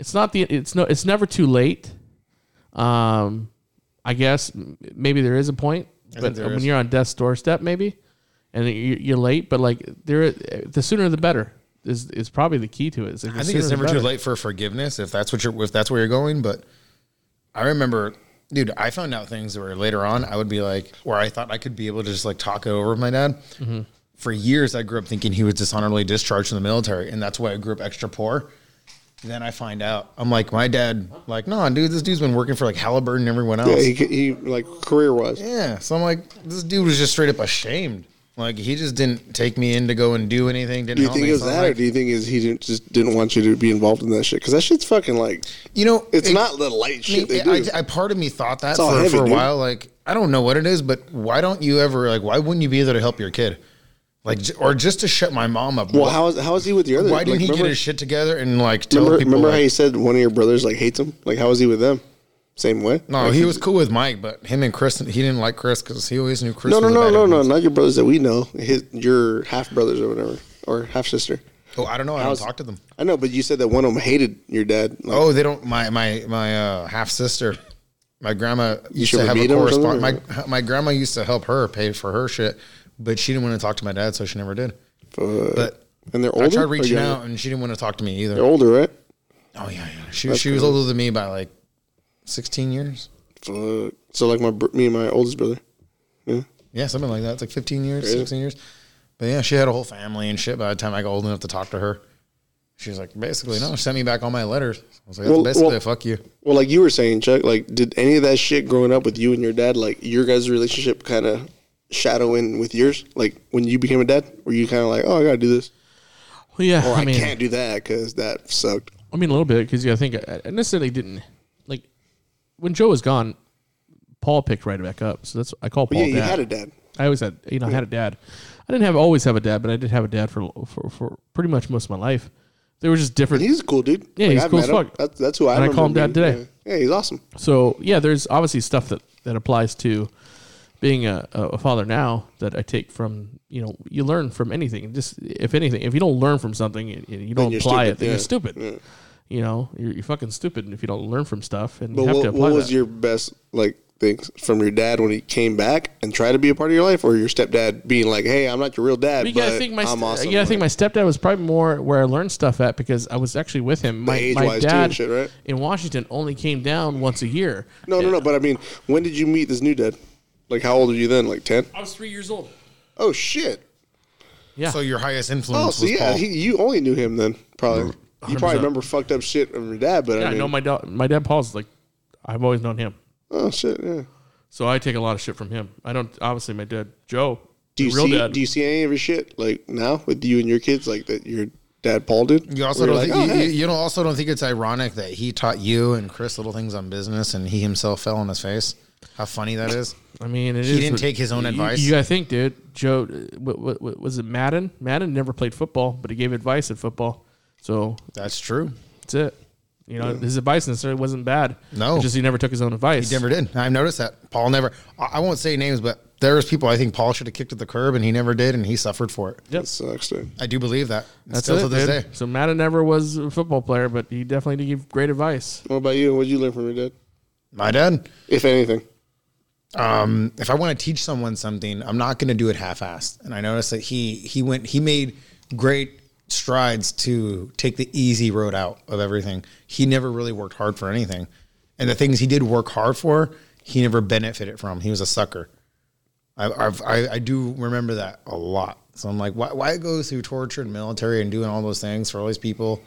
Speaker 3: it's not the it's no it's never too late. Um, I guess m- maybe there is a point, but
Speaker 2: there
Speaker 3: when
Speaker 2: is.
Speaker 3: you're on death's doorstep, maybe, and you- you're late, but like there, uh, the sooner the better is is probably the key to it. It's like, the
Speaker 2: I think it's
Speaker 3: sooner the
Speaker 2: never too
Speaker 3: better.
Speaker 2: late for forgiveness if that's what you're if that's where you're going. But I remember, dude, I found out things where later on I would be like, where I thought I could be able to just like talk it over with my dad. For years, I grew up thinking he was dishonorably discharged from the military, and that's why I grew up extra poor. Then I find out, I'm like, my dad, like, no, dude, this dude's been working for like Halliburton and everyone else.
Speaker 1: Yeah, he, he like career wise.
Speaker 2: Yeah. So I'm like, this dude was just straight up ashamed. Like he just didn't take me in to go and do anything. Didn't
Speaker 1: Do you
Speaker 2: help
Speaker 1: think
Speaker 2: me.
Speaker 1: it was
Speaker 2: So I'm
Speaker 1: that, or
Speaker 2: like,
Speaker 1: do you think is he didn't, just didn't want you to be involved in that shit? Because that shit's fucking like
Speaker 2: you know,
Speaker 1: it's
Speaker 2: it-
Speaker 1: not the light
Speaker 2: I mean,
Speaker 1: shit they do.
Speaker 2: I, I part of me thought that
Speaker 1: It's all
Speaker 2: for,
Speaker 1: heavy,
Speaker 2: for a
Speaker 1: dude.
Speaker 2: while. Like I don't know what it is, but why don't you ever like? Why wouldn't you be there to help your kid? Like j- or just to shut my mom up.
Speaker 1: well,
Speaker 2: Why-
Speaker 1: how is how is he with the other?
Speaker 2: why
Speaker 1: like,
Speaker 2: didn't he
Speaker 1: remember,
Speaker 2: get his shit together and like tell
Speaker 1: remember,
Speaker 2: people?
Speaker 1: remember
Speaker 2: like,
Speaker 1: how you said one of your brothers like hates him? Like how is he with them? Same way?
Speaker 2: no,
Speaker 1: Like,
Speaker 2: he was cool with Mike, but him and Chris, he didn't like Chris because he always knew Chris.
Speaker 1: No, no,
Speaker 2: was a
Speaker 1: no,
Speaker 2: bad
Speaker 1: no, no,
Speaker 2: influence.
Speaker 1: not your brothers that we know. His, your half brothers or whatever, or half sister.
Speaker 2: Oh, I don't know. I haven't
Speaker 1: was-
Speaker 2: talked to them.
Speaker 1: I know, but you said that one of them hated your dad. Like,
Speaker 2: Oh, they don't. My my my uh, half sister, my grandma used
Speaker 1: should
Speaker 2: to
Speaker 1: have
Speaker 2: have a
Speaker 1: beat him or something,
Speaker 2: correspondent. My my grandma used to help her pay for her shit, but she didn't want to talk to my dad, so she never did. But
Speaker 1: and they're
Speaker 2: I
Speaker 1: older.
Speaker 2: tried
Speaker 1: or
Speaker 2: reaching
Speaker 1: younger?
Speaker 2: out, and she didn't want to talk to me
Speaker 1: They're
Speaker 2: either.
Speaker 1: older, right?
Speaker 2: Oh yeah, yeah. She she was older than me by like sixteen years.
Speaker 1: Fuck. So like my br- me and my oldest brother. Yeah.
Speaker 2: Yeah, something like that. It's like fifteen years, sixteen years. But yeah, she had a whole family and shit by the time I got old enough to talk to her. She was like, basically, no, sent me back all my letters. I was like, that's
Speaker 1: Well,
Speaker 2: basically
Speaker 1: well-
Speaker 2: a fuck you.
Speaker 1: Well, like you were saying, Chuck, like did any of that shit growing up with you and your dad, like your guys' relationship kind of shadow in with yours? Like when you became a dad, were you kind of like, oh, I gotta do this,
Speaker 3: Well, yeah,
Speaker 1: or I,
Speaker 3: I mean,
Speaker 1: can't do that because that sucked.
Speaker 3: I mean, a little bit because yeah, I think uh, I, I necessarily didn't like when Joe was gone. Paul picked right back up, so that's I call
Speaker 1: But
Speaker 3: Paul.
Speaker 1: yeah, you
Speaker 3: dad.
Speaker 1: had a dad.
Speaker 3: I always had, you know, I had a dad. I didn't have always have a dad, but I did have a dad for for, for pretty much most of my life. They were just different.
Speaker 1: He's a cool dude.
Speaker 3: Yeah, he's
Speaker 1: I've
Speaker 3: cool
Speaker 1: met
Speaker 3: as
Speaker 1: him.
Speaker 3: fuck.
Speaker 1: That's, that's who I.
Speaker 3: And I
Speaker 1: remember
Speaker 3: call him
Speaker 1: being.
Speaker 3: dad today.
Speaker 1: Yeah. yeah, he's awesome.
Speaker 3: So yeah, there's obviously stuff that that applies to being a, a a father now that I take from you know you learn from anything. Just if anything, if you don't learn from something, you, you don't
Speaker 1: you're
Speaker 3: apply
Speaker 1: stupid,
Speaker 3: it. Then
Speaker 1: yeah,
Speaker 3: you're stupid. You know, you're, you're fucking stupid if you don't learn from stuff, and
Speaker 1: But
Speaker 3: you have
Speaker 1: what,
Speaker 3: to
Speaker 1: what
Speaker 3: apply
Speaker 1: was
Speaker 3: that.
Speaker 1: your best like things from your dad when he came back and tried to be a part of your life, or your stepdad being like, "Hey, I'm not your real dad, but,
Speaker 3: But you gotta think my
Speaker 1: I'm
Speaker 3: st-
Speaker 1: awesome."
Speaker 3: you gotta think my stepdad was probably more where I learned stuff at because I was actually with him. My, my
Speaker 1: age-wise too and
Speaker 3: dad
Speaker 1: shit, right?
Speaker 3: in Washington only came down once a year.
Speaker 1: no, no, no. But I mean, when did you meet this new dad? Like, how old were you then? Like ten?
Speaker 3: I was three years old.
Speaker 1: Oh shit!
Speaker 3: Yeah.
Speaker 2: So your highest
Speaker 1: Oh,
Speaker 2: influence
Speaker 1: so
Speaker 2: was
Speaker 1: yeah,
Speaker 2: Paul.
Speaker 1: he, you only knew him then, probably. You probably remember fucked up shit from your dad, but
Speaker 3: yeah,
Speaker 1: I
Speaker 3: I
Speaker 1: mean,
Speaker 3: know my dad. My dad Paul's like, I've always known him,
Speaker 1: oh shit, yeah.
Speaker 3: so I take a lot of shit from him. I don't obviously my dad Joe,
Speaker 1: Do you
Speaker 3: real
Speaker 1: see?
Speaker 3: dad.
Speaker 1: Do you see any of your shit like now with you and your kids, like that your dad Paul did?
Speaker 2: You also
Speaker 1: Where
Speaker 2: don't
Speaker 1: you're
Speaker 2: think,
Speaker 1: like,
Speaker 2: you,
Speaker 1: "Oh, hey."
Speaker 2: you- you don't also don't think it's ironic that he taught you and Chris little things on business and he himself fell on his face. How funny that is.
Speaker 3: I mean, it
Speaker 2: He
Speaker 3: is
Speaker 2: didn't
Speaker 3: what-
Speaker 2: take his own
Speaker 3: you-
Speaker 2: advice?
Speaker 3: You gotta think, dude. Joe, uh, what, what, what was it? Madden. Madden never played football, but he gave advice at football. So
Speaker 2: That's true.
Speaker 3: that's it. You know, his advice and it wasn't bad.
Speaker 2: No.
Speaker 3: It's just he never took his own advice.
Speaker 2: He never did. I've noticed that. Paul never. I I won't say names, but there was people I think Paul should have kicked at the curb, and he never did, and he suffered for it.
Speaker 1: That sucks, dude.
Speaker 2: I do believe that.
Speaker 3: That's
Speaker 2: Still
Speaker 3: it,
Speaker 2: to this
Speaker 3: dude.
Speaker 2: day.
Speaker 3: So Madden never was a football player, but he definitely did give great advice.
Speaker 1: What about you? What would you learn from your dad,
Speaker 2: My dad.
Speaker 1: if anything?
Speaker 2: um, if I want to teach someone something, I'm not going to do it half-assed. And I noticed that he he went he made great strides to take the easy road out of everything. He never really worked hard for anything, and the things he did work hard for, he never benefited from. He was a sucker. I I've, I, I do remember that a lot. So I'm like, why why go through torture and military and doing all those things for all these people,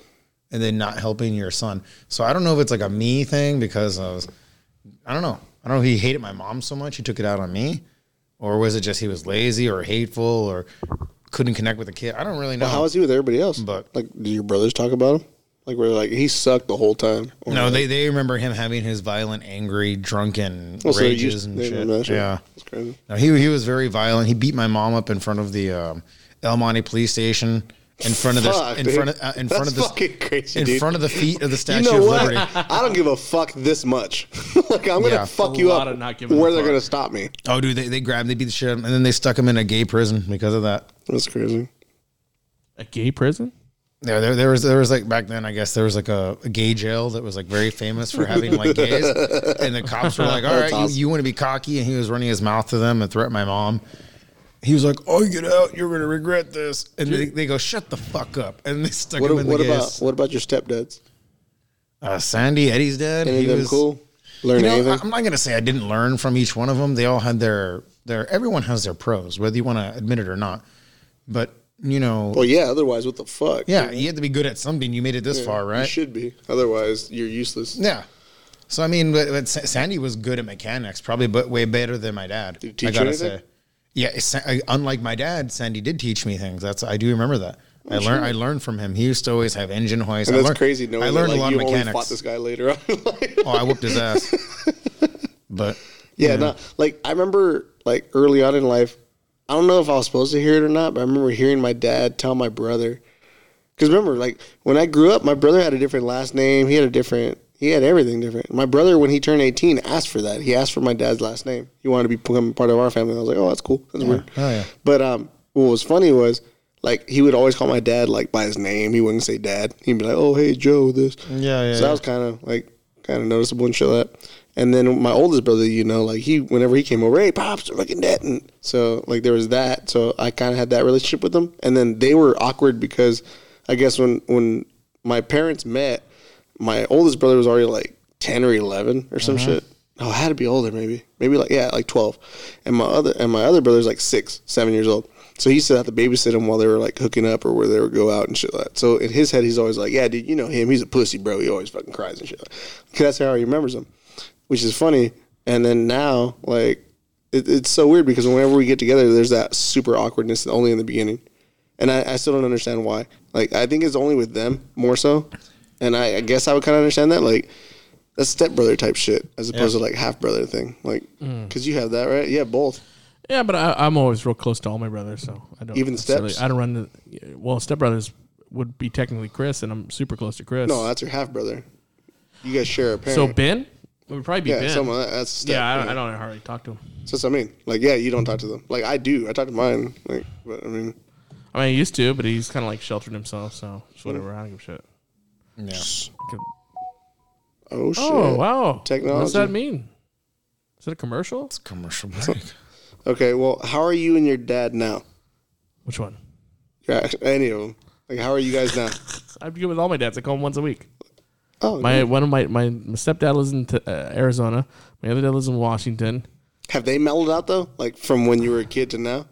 Speaker 2: and then not helping your son? So I don't know if it's like a me thing because I was. I don't know. I don't know. if He hated my mom so much he took it out on me, or was it just he was lazy or hateful or couldn't connect with the kid? I don't really know.
Speaker 1: How is he with everybody else?
Speaker 2: Um, But-
Speaker 1: like, do your brothers talk about him? Like, we're like, he sucked the whole time. Or
Speaker 2: no,
Speaker 1: like-
Speaker 2: they, they remember him having his violent, angry, drunken
Speaker 1: Well, so they
Speaker 2: rages
Speaker 1: used-
Speaker 2: and
Speaker 1: they
Speaker 2: shit.
Speaker 1: remember that shit.
Speaker 2: Yeah,
Speaker 1: That's crazy.
Speaker 2: no, he he was very violent. He beat my mom up in front of the um, El Monte police station, in front of the
Speaker 1: Fuck,
Speaker 2: in
Speaker 1: dude.
Speaker 2: front of uh, in front
Speaker 1: That's
Speaker 2: of the
Speaker 1: fucking crazy,
Speaker 2: in
Speaker 1: dude.
Speaker 2: front of the feet of the
Speaker 1: You
Speaker 2: Statue
Speaker 1: know
Speaker 2: of
Speaker 1: what?
Speaker 2: Liberty.
Speaker 1: I don't give a fuck this much. like, I'm gonna
Speaker 2: Yeah.
Speaker 1: fuck
Speaker 3: A
Speaker 1: you
Speaker 3: lot
Speaker 1: up.
Speaker 3: of not giving a
Speaker 1: where they're
Speaker 3: fuck.
Speaker 1: gonna stop me?
Speaker 2: Oh, dude, they they grabbed, they beat the shit out of him, and then they stuck him in a gay prison because of that.
Speaker 1: That's crazy.
Speaker 3: A gay prison?
Speaker 2: Yeah, there, there was there was like back then. I guess there was like a, a gay jail that was like very famous for having like gays, and the cops were like, "All right,
Speaker 1: That's awesome.
Speaker 2: you, you want to be cocky?" And he was running his mouth to them and threatened my mom. He was like, "Oh, get out! You're gonna regret this." And they, they go, "Shut the fuck up!" And they stuck
Speaker 1: What,
Speaker 2: him in
Speaker 1: what
Speaker 2: the
Speaker 1: about
Speaker 2: gays.
Speaker 1: what about your stepdads?
Speaker 2: uh, Sandy Eddie's dad.
Speaker 1: Any
Speaker 2: he
Speaker 1: of them
Speaker 2: was-
Speaker 1: cool? Learn
Speaker 2: you know,
Speaker 1: anything?
Speaker 2: I- I'm not gonna say I didn't learn from each one of them. They all had their their. Everyone has their pros, whether you want to admit it or not. But you know,
Speaker 1: well, yeah. Otherwise, what the fuck?
Speaker 2: yeah, you had to be good at something. You made it this far,
Speaker 1: You
Speaker 2: right?
Speaker 1: should be. Otherwise, you're useless.
Speaker 2: Yeah. So I mean, but, but Sa- Sandy was good at mechanics, probably, but way better than my dad.
Speaker 1: Did he teach
Speaker 2: I
Speaker 1: you
Speaker 2: gotta
Speaker 1: anything?
Speaker 2: say, yeah. Sa- I- unlike my dad, Sandy did teach me things. That's I do remember that. I learned. I learned from him. He used to always have engine hoist.
Speaker 1: And
Speaker 2: I
Speaker 1: that's
Speaker 2: learned,
Speaker 1: crazy. Knowing
Speaker 2: I learned
Speaker 1: that, like,
Speaker 2: a lot
Speaker 1: you
Speaker 2: of
Speaker 1: Only fought
Speaker 2: mechanics.
Speaker 1: this guy later on. Like-
Speaker 2: oh, I whooped his ass. but
Speaker 1: Yeah, no, like I remember like early on in life, I don't know if I was supposed to hear it or not, but I remember hearing my dad tell my brother. Because remember, like when I grew up, my brother had a different last name. He had a different. He had everything different. My brother, when he turned eighteen, asked for that. He asked for my dad's last name. He wanted to become part of our family. I was like, oh, that's cool. That's weird.
Speaker 2: Oh, yeah.
Speaker 1: But um, what was funny was. Like he would always call my dad like by his name. He wouldn't say dad. He'd be like, "Oh hey Joe," this.
Speaker 2: Yeah, yeah,
Speaker 1: So that
Speaker 2: yeah.
Speaker 1: was kind of like kind of noticeable and shit like that. And then my oldest brother, you know, like he whenever he came over, hey pops, fucking that, and so like there was that. So I kind of had that relationship with them. And then they were awkward because I guess when when my parents met, my oldest brother was already like ten or eleven or
Speaker 2: Uh-huh.
Speaker 1: some shit. Oh, I had to be older, maybe, maybe like yeah, like twelve. And my other and my other brother's like six, seven years old. So he used to have to babysit him while they were like hooking up or where they would go out and shit like that. So in his head, he's always like, yeah, dude, you know him. He's a pussy, bro. He always fucking cries and shit. Like Cause that's how he remembers him, which is funny. And then now, like, it, it's so weird because whenever we get together, there's that super awkwardness only in the beginning. And I, I still don't understand why. Like, I think it's only with them more so. And I, I guess I would kind of understand that. Like, that's stepbrother type shit as opposed to like half brother thing. Like, because you have that, right? Yeah, both.
Speaker 3: Yeah, but I, I'm always real close to all my brothers, so I don't
Speaker 1: Even
Speaker 3: necessarily-
Speaker 1: steps?
Speaker 3: I don't run the well. Stepbrothers would be technically Chris, and I'm super close to Chris.
Speaker 1: No, that's your half brother. You guys share a parent.
Speaker 3: so Ben would probably be
Speaker 1: yeah,
Speaker 3: Ben.
Speaker 1: someone that, that's a step,
Speaker 3: yeah, I don't, I don't hardly talk to him.
Speaker 1: So that's what I mean. Like, yeah, you don't talk to them. Like I do. I talk to mine. Like, but I mean,
Speaker 3: I mean, he used to, but he's kind of like sheltered himself, so
Speaker 1: Hmm.
Speaker 3: it's whatever. I don't give a shit.
Speaker 2: yeah.
Speaker 3: Okay.
Speaker 1: oh shit.
Speaker 3: Oh wow, What does
Speaker 1: Technology.
Speaker 3: that mean? Is it a commercial?
Speaker 2: It's a commercial break.
Speaker 1: Okay. Well, how are you and your dad now?
Speaker 3: Which one?
Speaker 1: Yeah, any of them. Like, how are you guys now?
Speaker 3: I do it with all my dads. I call them once a week.
Speaker 1: Oh,
Speaker 3: My one of my my stepdad lives in t- uh, Arizona. My other dad lives in Washington.
Speaker 1: have they mellowed out though? Like from when you were a kid to now?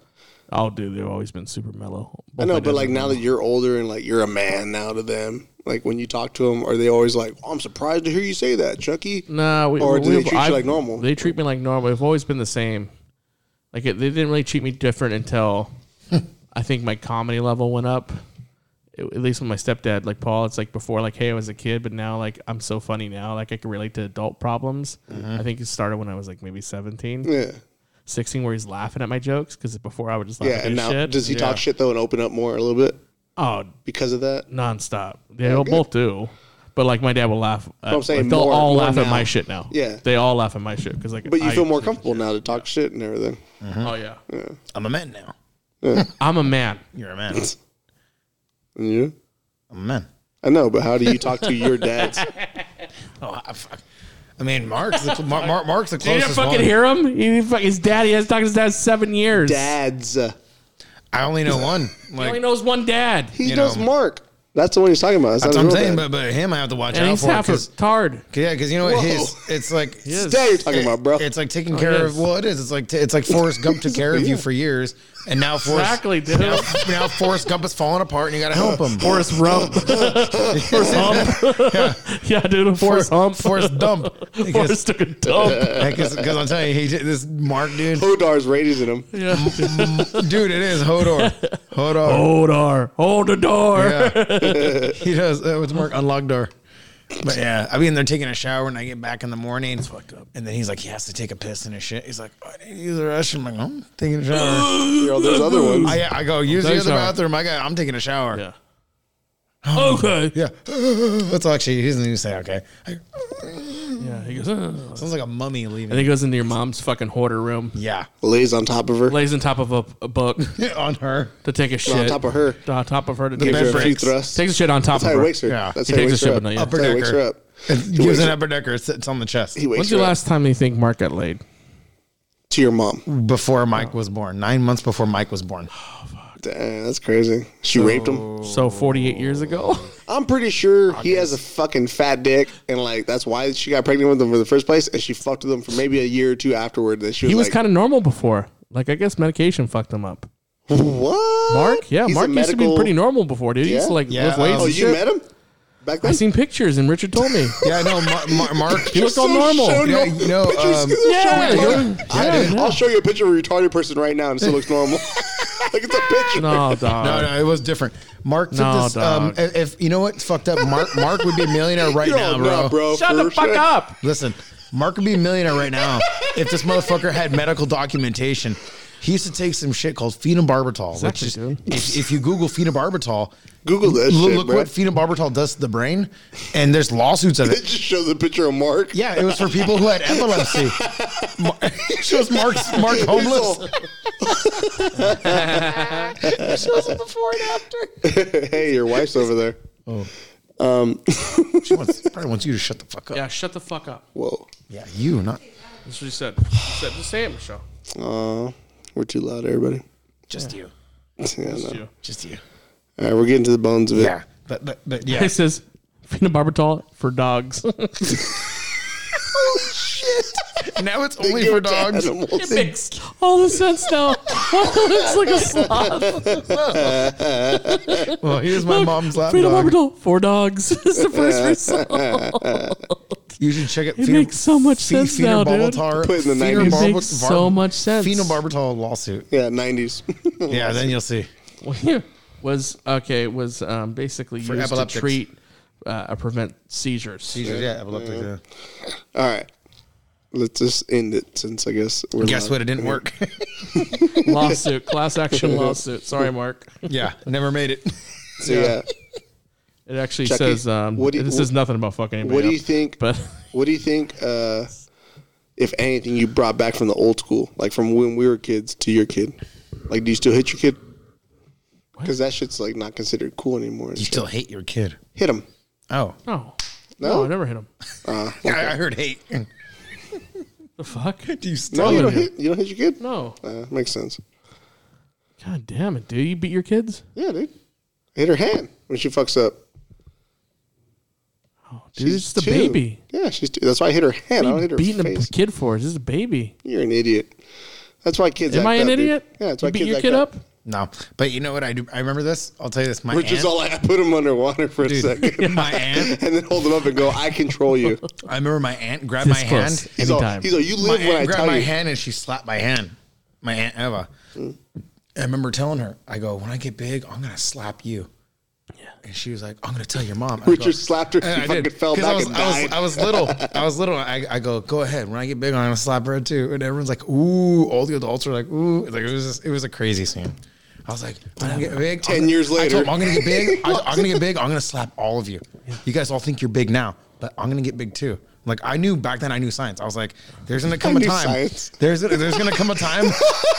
Speaker 3: Oh, dude, they've always been super mellow.
Speaker 1: I
Speaker 3: Both my
Speaker 1: know, but
Speaker 3: dads
Speaker 1: like
Speaker 3: are
Speaker 1: now that you're older and like you're a man now to them, like when you talk to them, are they always like, oh, "I'm surprised to hear you say that, Chucky"?
Speaker 3: No, we,
Speaker 1: Or do
Speaker 3: we've-
Speaker 1: they treat you
Speaker 3: I've-
Speaker 1: like normal?
Speaker 3: They treat me like normal. We've always been the same. Like it, they didn't really treat me different until I think my comedy level went up. At at least with my stepdad, like Paul, it's like before, like, hey, I was a kid, but now, like, I'm so funny now. Like, I can relate to adult problems. I think it started when I was like maybe 17,
Speaker 1: Yeah,
Speaker 3: 16, where he's laughing at my jokes because before I would just laugh
Speaker 1: yeah.
Speaker 3: at
Speaker 1: And
Speaker 3: his
Speaker 1: now,
Speaker 3: shit.
Speaker 1: does he
Speaker 2: Yeah.
Speaker 1: talk shit though and open up more a little bit
Speaker 3: oh,
Speaker 1: because of that?
Speaker 3: nonstop. They both do. But like my dad will laugh. At,
Speaker 1: I'm saying
Speaker 3: like, they'll
Speaker 1: more-
Speaker 3: all
Speaker 1: more
Speaker 3: laugh at
Speaker 2: now.
Speaker 3: my shit now.
Speaker 1: Yeah.
Speaker 3: they all laugh at my shit because like.
Speaker 1: But you
Speaker 3: I-
Speaker 1: feel more comfortable now to talk shit and everything.
Speaker 3: Oh yeah,
Speaker 2: I'm a man now.
Speaker 3: I'm a man.
Speaker 2: You're a man.
Speaker 1: And you?
Speaker 2: I'm a man.
Speaker 1: I know, but how do you talk to your dads?
Speaker 2: Oh, I, fuck. I mean, Mark's the, Mar- Mar- Mark's the
Speaker 3: Did you
Speaker 2: closest
Speaker 3: fucking
Speaker 2: one.
Speaker 3: hear him? He, fuck- his dad. He has talked to his dad seven years.
Speaker 1: dads.
Speaker 2: I only know one.
Speaker 3: He only
Speaker 2: Like
Speaker 3: knows one dad,
Speaker 1: He
Speaker 2: You
Speaker 1: knows
Speaker 2: know.
Speaker 1: Mark. That's the one he's talking about. That's,
Speaker 2: that's
Speaker 1: not
Speaker 2: what I'm
Speaker 1: his real
Speaker 2: saying.
Speaker 1: dad.
Speaker 2: But but him, I have to watch
Speaker 3: and
Speaker 2: out
Speaker 3: he's
Speaker 2: for
Speaker 3: half a
Speaker 2: because
Speaker 3: retard.
Speaker 2: yeah, because you know what
Speaker 1: Whoa.
Speaker 2: his it's like
Speaker 3: is.
Speaker 1: Dad you're talking about, bro.
Speaker 2: It's like taking care
Speaker 3: yes.
Speaker 2: of. Well, it is. It's like t- it's like Forrest Gump took care of you for years, and now Forrest
Speaker 3: Exactly, dude.
Speaker 2: now, now Forrest Gump is falling apart, and you gotta help him.
Speaker 3: Forrest Rump. Forrest Hump. yeah. dude. Forrest Hump.
Speaker 2: Forrest Dump.
Speaker 3: Forrest took a dump.
Speaker 2: Because I'm telling you, he did- this Mark dude,
Speaker 1: Hodar's raising him.
Speaker 3: Yeah.
Speaker 2: dude, it is Hodor. Hodor.
Speaker 3: Hold our, hold the door.
Speaker 2: Yeah. he does. Uh, it's Mark unlocked door. But yeah, I mean, they're taking a shower, and I get back in the morning. It's fucked up. And then he's like, he has to take a piss and his shit. He's like, "Oh, I need to use the restroom. I'm like, oh, I'm taking a shower.
Speaker 1: You know, there's other ones.
Speaker 2: I, I go use the
Speaker 3: Take a
Speaker 2: other
Speaker 3: shower.
Speaker 2: bathroom. I got. I'm taking a shower.
Speaker 3: Yeah. Oh, Okay.
Speaker 2: Yeah. That's actually, he doesn't even say, okay.
Speaker 3: Yeah. He goes, "Uh." and
Speaker 2: Sounds like a mummy leaving.
Speaker 3: then he goes into your mom's fucking hoarder room,
Speaker 2: yeah.
Speaker 1: Lays on top of her.
Speaker 3: lays on top of a, a book
Speaker 2: On her.
Speaker 3: to take a shit.
Speaker 1: on top of her.
Speaker 3: On top of her to
Speaker 1: Gives
Speaker 3: take
Speaker 1: her
Speaker 3: a
Speaker 1: a few
Speaker 2: breaks.
Speaker 1: thrusts.
Speaker 3: Takes a shit on top
Speaker 1: That's how
Speaker 3: of
Speaker 1: he
Speaker 3: her.
Speaker 1: wakes her.
Speaker 2: Yeah.
Speaker 1: That's
Speaker 3: He
Speaker 1: how he
Speaker 3: takes
Speaker 1: wakes
Speaker 3: a shit,
Speaker 1: her
Speaker 3: but
Speaker 1: up.
Speaker 3: not yet.
Speaker 1: That's how he wakes her up.
Speaker 2: It
Speaker 1: wakes
Speaker 2: gives an
Speaker 1: her-
Speaker 2: upper decker. It's, it's on the chest.
Speaker 1: He wakes
Speaker 3: When's
Speaker 1: her
Speaker 3: the
Speaker 1: up.
Speaker 3: last time you think Mark got laid?
Speaker 1: to your
Speaker 3: Mm.
Speaker 1: mom.
Speaker 2: Before Mike was born. Nine months before Mike was born.
Speaker 1: Damn, that's crazy. She raped him.
Speaker 3: So 48 years ago.
Speaker 1: I'm pretty sure he has a fucking fat dick, and like that's why she got pregnant with him for the first place, and she fucked with him for maybe a year or two afterward. That she was,
Speaker 3: He was
Speaker 1: like,
Speaker 3: kind of normal before. Like I guess medication fucked him up.
Speaker 1: what?
Speaker 3: Mark, yeah,
Speaker 1: He's a
Speaker 3: Mark used to be
Speaker 1: medical-
Speaker 3: pretty normal before, dude. He used to
Speaker 1: Yeah?
Speaker 3: like
Speaker 2: Yeah,
Speaker 3: lift weights.
Speaker 2: um,
Speaker 1: Oh,
Speaker 3: and
Speaker 1: you
Speaker 3: shit.
Speaker 1: met him back then.
Speaker 3: I seen pictures, and Richard told me.
Speaker 2: Yeah, no, Mar- Mar- Mark.
Speaker 3: He looked all
Speaker 1: So
Speaker 3: normal.
Speaker 1: show
Speaker 2: Yeah,
Speaker 1: no-
Speaker 2: you know,
Speaker 1: pictures-
Speaker 2: um,
Speaker 1: show
Speaker 3: Yeah,
Speaker 1: normal.
Speaker 3: dude.
Speaker 1: I,
Speaker 3: Yeah, dude.
Speaker 1: will show you a picture of a retarded person right now, and it still looks normal. like it's a picture.
Speaker 3: No, dog.
Speaker 2: No, no, it was different. Mark took
Speaker 3: No,
Speaker 2: this. Um,
Speaker 3: dog.
Speaker 2: if, if- you know what's fucked up, Mark Mark would be a millionaire right
Speaker 1: You're
Speaker 2: now,
Speaker 1: all
Speaker 2: bro.
Speaker 1: nut, bro.
Speaker 3: Shut the
Speaker 1: Oh, for
Speaker 3: fuck
Speaker 1: sure.
Speaker 3: up.
Speaker 2: Listen, Mark would be a millionaire right now if this motherfucker had medical documentation. He used to take some shit called phenobarbital, which
Speaker 3: Exactly,
Speaker 2: is
Speaker 3: dude.
Speaker 2: if, if you Google phenobarbital,
Speaker 1: Google that
Speaker 2: look,
Speaker 1: shit,
Speaker 2: look
Speaker 1: bro.
Speaker 2: what phenobarbital does to the brain, and there's lawsuits of
Speaker 1: It
Speaker 2: it.
Speaker 1: just shows a picture of Mark.
Speaker 2: Yeah, it was for people who had epilepsy. Mar- it shows Mark's Mark homeless.
Speaker 1: hey, your wife's over there.
Speaker 2: She wants, probably wants you to shut the fuck up.
Speaker 3: Yeah, shut the fuck up.
Speaker 1: Whoa.
Speaker 2: yeah you not.
Speaker 3: That's what he said. He said just say it, Michelle.
Speaker 1: Uh, we're too loud, everybody.
Speaker 2: Just you.
Speaker 1: Yeah, no.
Speaker 3: you.
Speaker 2: Just you.
Speaker 1: All right, we're getting to the bones of it.
Speaker 2: Yeah. But but but yeah.
Speaker 3: He says phenobarbital for dogs.
Speaker 2: now it's
Speaker 1: They
Speaker 2: only
Speaker 1: give
Speaker 2: for
Speaker 1: it to
Speaker 2: dogs.
Speaker 1: animals.
Speaker 3: Makes all the sense now. it's like a sloth.
Speaker 2: Well, here's my mom's lap dog.
Speaker 3: Phenobarbital for dogs. It's the first result.
Speaker 2: You should check it. It
Speaker 3: makes so much sense now, dude.
Speaker 1: Put in the 90s.
Speaker 3: It makes so much sense.
Speaker 2: Phenobarbital lawsuit.
Speaker 1: Yeah, nineties.
Speaker 2: Yeah, then you'll see.
Speaker 3: Here was okay. Was um, basically used
Speaker 2: epileptics.
Speaker 3: to treat uh, or prevent seizures.
Speaker 2: Yeah, epileptic. Yeah.
Speaker 1: All right, let's just end it since I guess we're
Speaker 2: Guess
Speaker 1: live.
Speaker 2: what? It didn't work.
Speaker 3: lawsuit, class action lawsuit. Sorry, Mark.
Speaker 2: yeah, never made it.
Speaker 1: So, yeah.
Speaker 3: It actually
Speaker 1: Chucky,
Speaker 3: says um,
Speaker 1: what do you-
Speaker 3: it says nothing about fucking anybody.
Speaker 1: What do you
Speaker 3: up,
Speaker 1: think?
Speaker 3: But
Speaker 1: What do you think? Uh, if anything, you brought back from the old school, like from when we were kids to your kid. Like, do you still hit your kid? Because that shit's like not considered cool anymore. and
Speaker 2: You
Speaker 1: shit.
Speaker 2: still hate your kid.
Speaker 1: hit him.
Speaker 2: Oh,
Speaker 3: no, no,
Speaker 1: No?
Speaker 3: I never hit him.
Speaker 2: I, I heard hate.
Speaker 3: The fuck?
Speaker 2: Do you still?
Speaker 1: No, you don't
Speaker 3: you.
Speaker 1: hit. You don't hit your kid.
Speaker 3: Oh, No.
Speaker 1: uh, makes sense.
Speaker 3: God damn it, dude! You beat your kids?
Speaker 1: Yeah, dude. Hit her hand when she fucks up.
Speaker 3: Dude, it's just a
Speaker 1: two.
Speaker 3: baby.
Speaker 1: Yeah, she's two. That's why I hit her hand. I don't
Speaker 3: What are you
Speaker 1: hit her
Speaker 3: beating
Speaker 1: face.
Speaker 3: a kid for? It's just a baby.
Speaker 1: You're an idiot. That's why kids.
Speaker 3: Am
Speaker 1: act
Speaker 3: I an
Speaker 1: up, dude.
Speaker 3: idiot?
Speaker 1: Yeah, that's
Speaker 3: you
Speaker 1: why
Speaker 3: beat
Speaker 1: kids
Speaker 3: your
Speaker 1: act
Speaker 3: kid up?
Speaker 2: No, but you know what I do? I remember this. I'll tell you this. My
Speaker 1: Which
Speaker 2: aunt,
Speaker 1: is all I, I put him underwater for a
Speaker 2: dude,
Speaker 1: second,
Speaker 2: my aunt.
Speaker 1: and then hold him up and go, "I control you."
Speaker 2: I remember my aunt grabbed
Speaker 3: This
Speaker 2: my
Speaker 3: close.
Speaker 2: hand
Speaker 1: He's all,
Speaker 3: Anytime.
Speaker 1: he's all, "You
Speaker 2: my
Speaker 1: live when I
Speaker 2: aunt grabbed
Speaker 1: tell
Speaker 2: my
Speaker 1: you." Hmm.
Speaker 2: hand and she slapped my hand. My aunt Eva. I remember telling her, I go, when I get big, I'm gonna slap you. Yeah. And she was like, I'm gonna tell your mom. I
Speaker 1: Richard
Speaker 2: go-
Speaker 1: slapped her.
Speaker 2: And
Speaker 1: She
Speaker 2: I
Speaker 1: fucking
Speaker 2: did,
Speaker 1: fell
Speaker 2: 'cause
Speaker 1: back
Speaker 2: I was,
Speaker 1: and
Speaker 2: I was-
Speaker 1: died.
Speaker 2: I was little. I was little. I, I go, go ahead. When I get big, I'm gonna slap her too. And everyone's like, ooh. All the adults are like, ooh. Like it was. Just, it was a crazy scene. I I was like, I'm gonna get big.
Speaker 1: 10 years
Speaker 2: I told
Speaker 1: later.
Speaker 2: him, I'm gonna get big. I, am gonna get big. I'm gonna slap all of you. You guys all think you're big now, but I'm gonna get big too. Like I knew back then, I knew science. I was like, "There's gonna come a
Speaker 1: knew
Speaker 2: time.
Speaker 1: science.
Speaker 2: There's there's gonna come a time.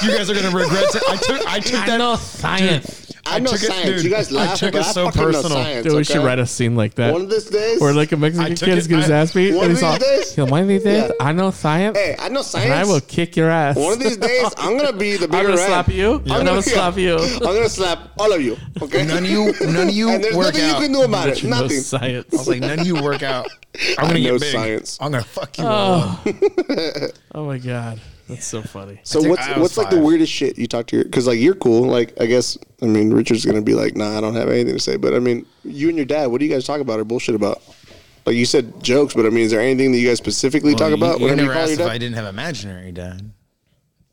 Speaker 2: you guys are gonna regret it." I took I took
Speaker 3: I
Speaker 2: that.
Speaker 3: know science.
Speaker 2: Dude,
Speaker 1: I know
Speaker 2: took it-
Speaker 1: science.
Speaker 2: dude,
Speaker 1: you guys laugh,
Speaker 2: I took
Speaker 1: but
Speaker 2: it
Speaker 1: I
Speaker 2: so
Speaker 1: fucking
Speaker 2: personal.
Speaker 1: Know science,
Speaker 3: Dude, we should
Speaker 1: okay?
Speaker 3: write a scene like that.
Speaker 1: One of these days.
Speaker 3: Or like a Mexican
Speaker 2: I took
Speaker 3: kid is
Speaker 2: it-
Speaker 3: getting his
Speaker 2: I-
Speaker 3: ass beat,
Speaker 1: One
Speaker 3: and
Speaker 1: of
Speaker 3: he's all,
Speaker 1: these days?
Speaker 3: "Yo, one of these days, I know science,
Speaker 1: hey, I know science.
Speaker 3: and I will kick your ass.
Speaker 1: One of these days, I'm gonna be the bigger
Speaker 3: I'm gonna
Speaker 1: rat.
Speaker 3: slap you, and I'm gonna slap you.
Speaker 1: I'm gonna slap all of you. Okay.
Speaker 2: None of you, none of you
Speaker 1: and there's
Speaker 2: work
Speaker 1: nothing
Speaker 2: out.
Speaker 1: you can do about
Speaker 3: But
Speaker 1: it.
Speaker 3: you know
Speaker 1: Nothing.
Speaker 2: I was
Speaker 3: science.
Speaker 2: like, none of you work out. I'm gonna
Speaker 1: know
Speaker 2: get big.
Speaker 1: science.
Speaker 2: I'm gonna fuck you. all up.
Speaker 3: Oh my god, that's so funny.
Speaker 1: So
Speaker 2: think
Speaker 1: what's
Speaker 2: I was
Speaker 1: what's like the
Speaker 2: five.
Speaker 1: weirdest shit you talk to your? Because like you're cool. Like I guess I mean Richard's gonna be like, nah, I don't have anything to say. But I mean, you and your dad, what do you guys talk about or bullshit about? Like you said jokes, but I mean, is there anything that you guys specifically
Speaker 2: Well,
Speaker 1: talk about?
Speaker 2: You, you
Speaker 1: whenever you
Speaker 2: never
Speaker 1: call
Speaker 2: asked
Speaker 1: your
Speaker 2: if
Speaker 1: dad?
Speaker 2: I didn't have imaginary dad.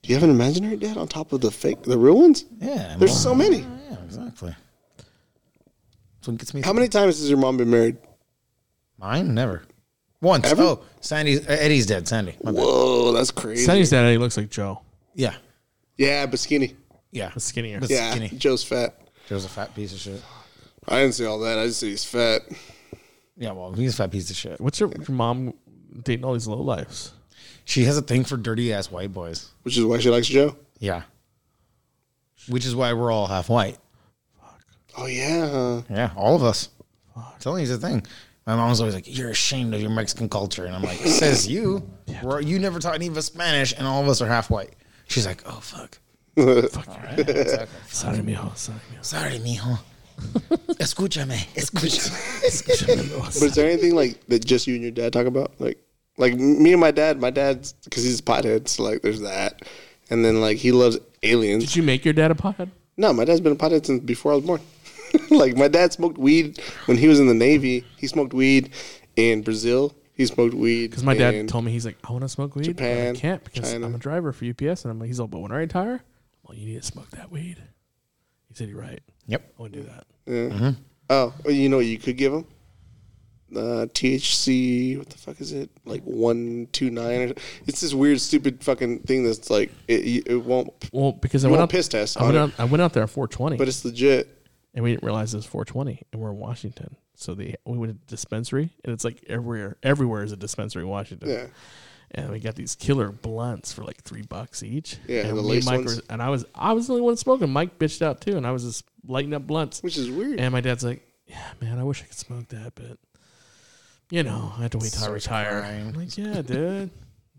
Speaker 1: do you have an imaginary dad on top of the fake, the real ones?
Speaker 2: Yeah,
Speaker 1: There's
Speaker 2: well,
Speaker 1: so many.
Speaker 2: Yeah, exactly. So it gets me.
Speaker 1: How many times has your mom been married?
Speaker 2: Mine never. Once.
Speaker 1: Ever?
Speaker 2: Oh, Sandy's uh, Eddie's dead. Sandy. My bad.
Speaker 1: Whoa, that's crazy.
Speaker 3: Sunny's dad, he looks like Joe.
Speaker 2: Yeah.
Speaker 1: Yeah, but skinny.
Speaker 2: Yeah.
Speaker 3: He's skinnier.
Speaker 2: But
Speaker 1: Yeah,
Speaker 2: skinny.
Speaker 1: Joe's fat.
Speaker 2: Joe's a fat piece of shit.
Speaker 1: I didn't say all that. I just said he's fat.
Speaker 2: Yeah, well, he's a fat piece of shit.
Speaker 3: What's your, your mom dating all these low lifes?
Speaker 2: She has a thing for dirty ass white boys.
Speaker 1: Which is why she likes Joe.
Speaker 2: Yeah. Which is why we're all half white.
Speaker 1: Oh yeah.
Speaker 2: Yeah, all of us. I'm telling you, it's a thing. My mom's always like, "You're ashamed of your Mexican culture," and I'm like, "Says you. We're, you never taught any of us Spanish, and all of us are half white." She's like, "Oh fuck." All right, exactly.
Speaker 3: Sorry, mijo. Sorry, mijo.
Speaker 2: Sorry, mijo. Escúchame. Escúchame.
Speaker 1: But is there anything like that just you and your dad talk about? Like, like me and my dad. My dad's because he's a pothead, so like there's that. And then like he loves aliens.
Speaker 3: Did you make your dad a pothead?
Speaker 1: No, my dad's been a pothead since before I was born. like my dad smoked weed when he was in the navy. He smoked weed in Brazil. He smoked weed
Speaker 3: Because my dad
Speaker 1: in-
Speaker 3: told me he's like, I want to smoke weed, but
Speaker 1: Japan,
Speaker 3: I can't because
Speaker 1: China.
Speaker 3: I'm a driver for UPS, and I'm like, he's all, but when I retire, I'm like, you need to smoke that weed. He said, you're right.
Speaker 2: Yep.
Speaker 3: I want to do that.
Speaker 1: Oh, well, you know what you could give him uh, THC. What the fuck is it? Like one two nine. Or, it's this weird, stupid fucking thing that's like it, it won't.
Speaker 3: Well, because I
Speaker 1: You
Speaker 3: went out
Speaker 1: want piss test
Speaker 3: I
Speaker 1: on
Speaker 3: went
Speaker 1: it.
Speaker 3: out, I went out there at 420,
Speaker 1: But it's legit.
Speaker 3: and we didn't realize it was 420, and we're in Washington. So they we went to dispensary, and it's like everywhere. Everywhere is a dispensary in Washington.
Speaker 1: Yeah.
Speaker 3: And we got these killer blunts for like three bucks each.
Speaker 1: Yeah,
Speaker 3: and
Speaker 1: the
Speaker 3: me and
Speaker 1: lace
Speaker 3: Mike
Speaker 1: ones.
Speaker 3: were- and I was I was the only one smoking. Mike bitched out too, and I was just lighting up blunts.
Speaker 1: Which is weird.
Speaker 3: And my dad's like, "Yeah, man, I wish I could smoke that, but you know, I have to wait till I
Speaker 2: Starts
Speaker 3: retire."
Speaker 2: crying.
Speaker 3: I'm like, "Yeah, dude,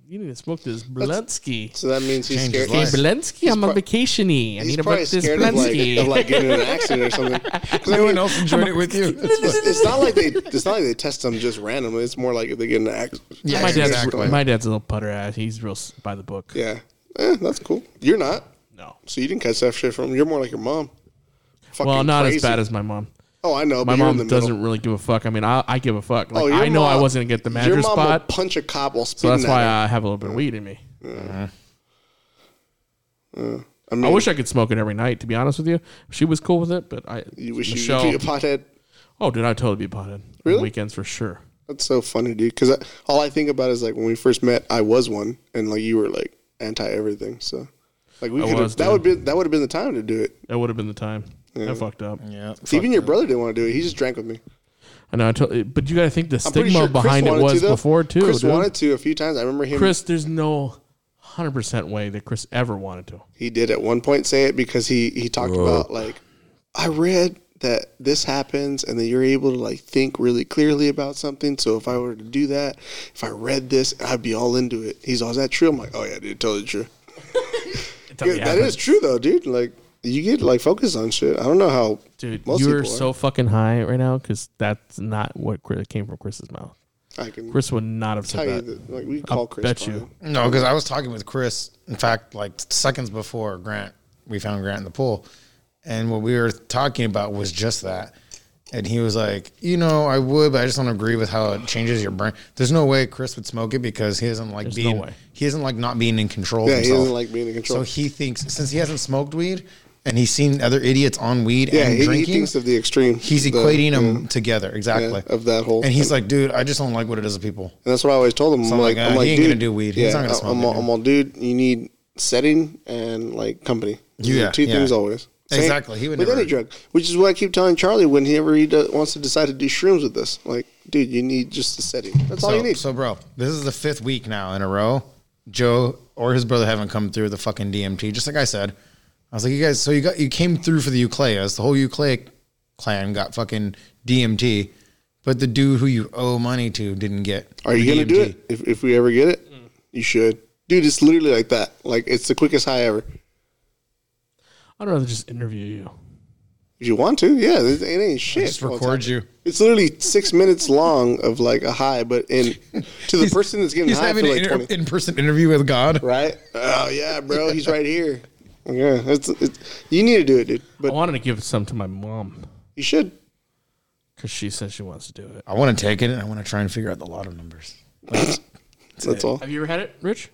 Speaker 3: you need to smoke this Blensky.
Speaker 1: So that means he's
Speaker 2: Change his
Speaker 1: scared.
Speaker 3: Hey,
Speaker 2: life.
Speaker 1: He's,
Speaker 3: Blensky, I'm on
Speaker 1: prob-
Speaker 3: vacationy. I
Speaker 1: he's
Speaker 3: need to
Speaker 1: probably
Speaker 3: book this
Speaker 1: scared of like,
Speaker 3: Blensky."
Speaker 1: of like getting in an accident or something. 'Cause I
Speaker 2: No
Speaker 1: mean,
Speaker 2: one else enjoyed it with you.
Speaker 1: it's not like they. It's not like they test them just randomly. It's more like if they get in an accident.
Speaker 2: Yeah,
Speaker 3: my dad's
Speaker 2: exactly.
Speaker 3: my dad's a little putter ass. He's real s- by the book.
Speaker 1: Yeah. Eh, that's cool. You're not.
Speaker 3: No,
Speaker 1: So you didn't catch that shit from. You're more like your mom. Fucking
Speaker 3: well, not as
Speaker 1: crazy.
Speaker 3: bad as my mom.
Speaker 1: Oh, I know.
Speaker 3: My
Speaker 1: but you're in the
Speaker 3: mom
Speaker 1: middle.
Speaker 3: doesn't really give a fuck. I mean, I, I give a fuck. Like,
Speaker 1: Oh, your
Speaker 3: I know I
Speaker 1: mom-
Speaker 3: wasn't gonna get the
Speaker 1: your
Speaker 3: manager
Speaker 1: mom
Speaker 3: spot,
Speaker 1: Will punch a cop while
Speaker 3: so
Speaker 1: spitting
Speaker 3: that's why
Speaker 1: at
Speaker 3: I have a little bit of weed in me.
Speaker 1: I, mean,
Speaker 3: I wish I could smoke it every night. To be honest with you, she was cool with it, but I
Speaker 1: you wish
Speaker 3: Michelle.
Speaker 1: you could be a pothead.
Speaker 3: oh, dude, I'd totally be potted
Speaker 1: Really?
Speaker 3: on weekends for sure.
Speaker 1: That's so funny, dude. Because all I think about is like when we first met, I was one, and like you were like anti everything. So like we
Speaker 3: I
Speaker 1: could
Speaker 3: was,
Speaker 1: have that
Speaker 3: dude.
Speaker 1: would be that would have been the time to do it.
Speaker 3: That would have been the time. I fucked up.
Speaker 2: Yeah.
Speaker 1: Even your brother didn't want to do it. He just drank with me.
Speaker 3: I know. I totally, but you got to think the
Speaker 1: I'm pretty
Speaker 3: stigma
Speaker 1: sure Chris
Speaker 3: behind it
Speaker 1: wanted
Speaker 3: was
Speaker 1: to, though.
Speaker 3: before too.
Speaker 1: Chris
Speaker 3: dude.
Speaker 1: wanted to a few times. I remember him.
Speaker 3: Chris, there's no hundred percent way that Chris ever wanted to.
Speaker 1: he did at one point say it because he he talked about like I read that this happens and that you're able to like think really clearly about something. So if I were to do that, if I read this, I'd be all into it. He's all, is that true? I'm like, oh yeah, dude, totally true.
Speaker 3: Totally
Speaker 1: Yeah, that is true though, dude. Like you get like focused on shit. I don't know how
Speaker 3: dude.
Speaker 1: most
Speaker 3: you are
Speaker 1: people are.
Speaker 3: so fucking high right now because that's not what Chris, came from Chris's mouth.
Speaker 1: I can
Speaker 3: Chris would not have
Speaker 1: tell
Speaker 3: said
Speaker 1: you
Speaker 3: that.
Speaker 1: that. Like we
Speaker 3: I
Speaker 1: call Chris.
Speaker 3: bet you.
Speaker 1: Klein.
Speaker 2: No, because I was talking with Chris. In fact, like seconds before Grant, we found Grant in the pool, and what we were talking about was just that. And he was like, you know, I would, but I just don't agree with how it changes your brain. There's no way Chris would smoke it because he doesn't like
Speaker 3: There's no
Speaker 2: being,
Speaker 3: way.
Speaker 2: he doesn't like not being in control.
Speaker 1: Yeah,
Speaker 2: of
Speaker 1: he
Speaker 2: himself.
Speaker 1: doesn't like being in control.
Speaker 2: So he thinks since he hasn't smoked weed and he's seen other idiots on weed
Speaker 1: Yeah,
Speaker 2: and
Speaker 1: he, he
Speaker 2: drinking,
Speaker 1: thinks of the extreme.
Speaker 2: he's
Speaker 1: the-
Speaker 2: equating them together exactly
Speaker 1: of that whole
Speaker 2: And he's
Speaker 1: thing.
Speaker 2: like, dude, I just don't like what it does to people.
Speaker 1: And that's what I always told him. I'm
Speaker 2: Something
Speaker 1: like,
Speaker 2: like,
Speaker 1: I'm
Speaker 2: uh,
Speaker 1: like,
Speaker 2: he ain't
Speaker 1: dude,
Speaker 2: gonna do weed. He's
Speaker 1: yeah,
Speaker 2: not gonna
Speaker 1: I-
Speaker 2: smoke
Speaker 1: I'm,
Speaker 2: it,
Speaker 1: all,
Speaker 2: dude.
Speaker 1: I'm all, dude. You need setting and like company. Those
Speaker 2: Yeah,
Speaker 1: are two
Speaker 2: yeah.
Speaker 1: things always. Same.
Speaker 2: Exactly, he would
Speaker 1: with
Speaker 2: never-
Speaker 1: any drug, which is what I keep telling Charlie whenever he do, wants to decide to do shrooms with this. Like, dude, you need just the setting. That's all you
Speaker 2: So,
Speaker 1: need.
Speaker 2: so, bro, this is the fifth week now in a row. Joe or his brother haven't come through the fucking DMT. Just like I said, I was like, you guys. So you got you came through for the Eucleas. The whole Euclea clan got fucking DMT, but the dude who you owe money to didn't get.
Speaker 1: Are you
Speaker 2: the
Speaker 1: gonna do
Speaker 2: DMT.
Speaker 1: it if, if we ever get it? You should, dude. It's literally like that. Like, it's the quickest high ever.
Speaker 3: I'd rather just interview you.
Speaker 1: If you want to, yeah, it it ain't shit.
Speaker 2: Just
Speaker 1: Well, it's
Speaker 2: record you.
Speaker 1: It's literally six minutes long of like a high, but in to the person that's getting
Speaker 2: He's
Speaker 1: high for
Speaker 2: having
Speaker 1: like
Speaker 2: an
Speaker 1: twenty,
Speaker 2: in person interview with God.
Speaker 1: right? Oh yeah, bro, he's right here. Yeah, it's, it's you need to do it, dude.
Speaker 3: I
Speaker 1: But
Speaker 3: wanted to give some to my mom
Speaker 1: you should.
Speaker 3: because she says she wants to do it.
Speaker 2: I want to take it and I want to try and figure out the lotto numbers.
Speaker 1: That's all.
Speaker 3: Have you ever had it, Rich?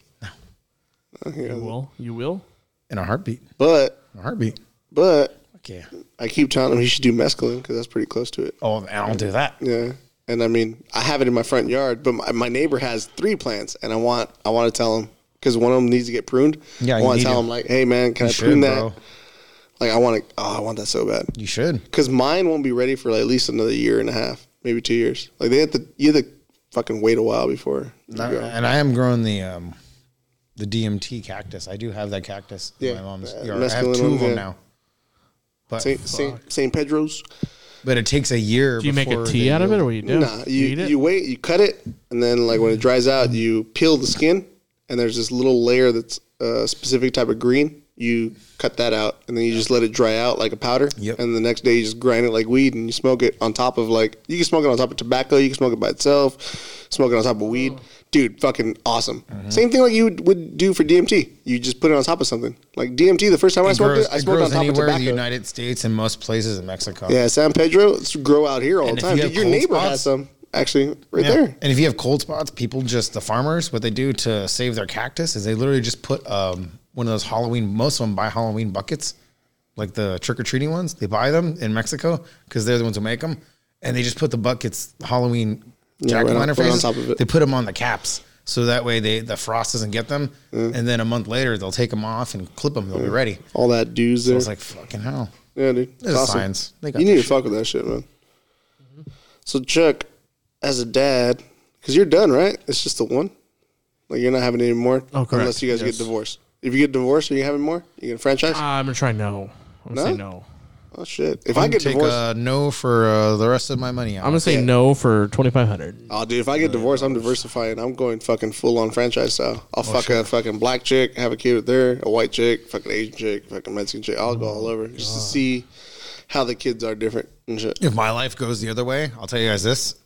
Speaker 3: You
Speaker 1: Yeah.
Speaker 3: will. You will.
Speaker 2: In a heartbeat.
Speaker 1: But
Speaker 2: In a heartbeat.
Speaker 1: but
Speaker 2: Fuck yeah.
Speaker 1: I keep telling him he should do mescaline because that's pretty close to it.
Speaker 2: Oh, and I'll do that.
Speaker 1: Yeah, and I mean I have it in my front yard, but my, my neighbor has three plants, and I want I want to tell him because one of them needs to get pruned.
Speaker 2: Yeah,
Speaker 1: I
Speaker 2: you
Speaker 1: want
Speaker 2: need
Speaker 1: to tell
Speaker 2: to.
Speaker 1: him like, hey man, can I
Speaker 2: should,
Speaker 1: prune that?
Speaker 2: bro.
Speaker 1: Like I want to. Oh, I want that so bad.
Speaker 2: You should.
Speaker 1: because mine won't be ready for like, at least another year and a half, maybe two years. Like they have to, you have to fucking wait a while before. you
Speaker 2: I-
Speaker 1: go.
Speaker 2: and I am growing the um, the DMT cactus. I do have that cactus. Yeah,
Speaker 1: Yeah,
Speaker 2: my mom's
Speaker 1: uh,
Speaker 2: yard. I have
Speaker 1: mescaline
Speaker 2: two of
Speaker 1: one,
Speaker 2: them
Speaker 1: yeah.
Speaker 2: now. But
Speaker 1: Saint, Saint, Saint Pedro's.
Speaker 2: but it takes a year.
Speaker 3: Do you make a
Speaker 2: before
Speaker 3: tea
Speaker 2: they
Speaker 3: out of it,
Speaker 2: yield.
Speaker 3: or what do you do?
Speaker 1: Nah, you
Speaker 3: eat
Speaker 1: you,
Speaker 3: it.
Speaker 1: wait, you cut it, and then like when it dries out, you peel the skin, and there's this little layer that's a specific type of green. You cut that out, and then you just let it dry out like a powder.
Speaker 2: Yep.
Speaker 1: And the next day, you just grind it like weed, and you smoke it on top of like you can smoke it on top of tobacco. You can smoke it by itself. Smoke it on top of weed, dude. Fucking awesome. Same thing like you would, would do for DMT. You just put it on top of something. Like DMT, the first time I
Speaker 2: It
Speaker 1: smoked
Speaker 2: grows,
Speaker 1: it, I
Speaker 2: it
Speaker 1: smoked it on
Speaker 2: grows
Speaker 1: top of
Speaker 2: anywhere in the
Speaker 1: tobacco.
Speaker 2: United States and most places in Mexico.
Speaker 1: yeah, San Pedro, it's grow out here all the
Speaker 2: And if you
Speaker 1: time.
Speaker 2: have
Speaker 1: Dude, your
Speaker 2: cold
Speaker 1: neighbor
Speaker 2: spots-
Speaker 1: has some actually right
Speaker 2: Yeah.
Speaker 1: there.
Speaker 2: And if you have cold spots, people just the farmers what they do to save their cactus is they literally just put um, one of those Halloween. Most of them buy Halloween buckets, like the trick or treating ones. They buy them in Mexico because they're the ones who make them, and they just put the buckets Halloween
Speaker 1: right
Speaker 2: jack o'
Speaker 1: on-
Speaker 2: lantern
Speaker 1: right on
Speaker 2: faces.
Speaker 1: top of it.
Speaker 2: They put them on the caps so that way they the frost doesn't get them,
Speaker 1: Mm.
Speaker 2: and then a month later they'll take them off and clip them. They'll be ready.
Speaker 1: all that dudes there.
Speaker 2: I was like, fucking hell.
Speaker 1: yeah, dude. It's
Speaker 2: There's science. They got
Speaker 1: You
Speaker 2: that
Speaker 1: need to
Speaker 2: shit. Mm-hmm.
Speaker 1: fuck with that shit, man. So Chuck, as a dad, because you're done, right? It's just the one. Like you're not having any more,
Speaker 3: Oh, correct.
Speaker 1: unless you guys
Speaker 3: Yes.
Speaker 1: get divorced. If you get divorced, are you having more? You gonna franchise?
Speaker 3: Ah, I'm gonna try no. I'm gonna say
Speaker 1: No?
Speaker 3: no.
Speaker 1: oh shit! If
Speaker 2: Uh, I'm
Speaker 1: I
Speaker 2: gonna
Speaker 1: get
Speaker 2: take
Speaker 1: divorced,
Speaker 2: a no for uh, the rest of my money.
Speaker 3: I'm gonna say no for 2,500.
Speaker 1: oh dude, if I get divorced, I'm diversifying. I'm going fucking full on franchise style.
Speaker 3: Oh,
Speaker 1: I'll fuck a fucking black chick, have a kid with her, a white chick, fucking Asian chick, fucking Mexican chick. I'll
Speaker 3: Oh,
Speaker 1: go all over just to see how the kids are different and shit.
Speaker 2: if my life goes the other way, I'll tell you guys this.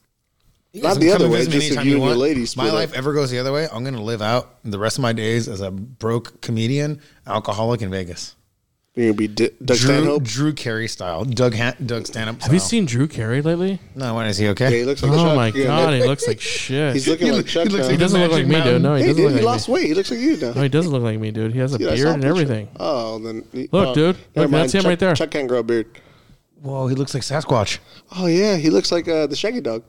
Speaker 2: You
Speaker 1: Not
Speaker 2: guys
Speaker 1: the
Speaker 2: can
Speaker 1: other
Speaker 2: come
Speaker 1: way,
Speaker 2: visit me
Speaker 1: just if
Speaker 2: anytime
Speaker 1: you and your
Speaker 2: want.
Speaker 1: lady
Speaker 2: My
Speaker 1: split up.
Speaker 2: life ever goes the other way, I'm gonna live out the rest of my days as a broke comedian, alcoholic in Vegas.
Speaker 1: You're gonna be D- Doug
Speaker 2: Drew,
Speaker 1: Stanhope.
Speaker 2: Drew Carey style, Doug Han- Doug Stanhope.
Speaker 3: Have you seen Drew Carey lately?
Speaker 2: No, when is he
Speaker 1: Yeah, he
Speaker 2: okay?
Speaker 1: looks like
Speaker 3: Oh
Speaker 1: Chuck.
Speaker 3: my
Speaker 1: Yeah,
Speaker 3: god,
Speaker 1: man.
Speaker 3: he looks like shit.
Speaker 1: He's looking
Speaker 2: He
Speaker 1: like
Speaker 2: looks-
Speaker 1: Chuck.
Speaker 2: he looks
Speaker 1: now.
Speaker 3: he
Speaker 2: like-
Speaker 3: doesn't look like
Speaker 2: Magic
Speaker 3: me,
Speaker 2: Mountain.
Speaker 3: dude. No, he
Speaker 1: hey,
Speaker 3: doesn't
Speaker 1: dude,
Speaker 3: look
Speaker 1: he
Speaker 3: like
Speaker 1: lost
Speaker 3: me.
Speaker 1: weight. He looks like you now.
Speaker 3: No, he doesn't look like me, dude. He has a
Speaker 1: Dude, I saw
Speaker 3: beard
Speaker 1: a
Speaker 3: and
Speaker 1: picture.
Speaker 3: everything.
Speaker 1: Oh, then he-
Speaker 3: Look,
Speaker 1: oh,
Speaker 3: dude.
Speaker 1: never
Speaker 3: Look,
Speaker 1: mind.
Speaker 3: that's him
Speaker 1: Chuck-
Speaker 3: right there.
Speaker 1: Chuck can't grow a beard.
Speaker 2: Whoa, he looks like Sasquatch,
Speaker 1: Oh yeah, he looks like uh, the Shaggy Dog.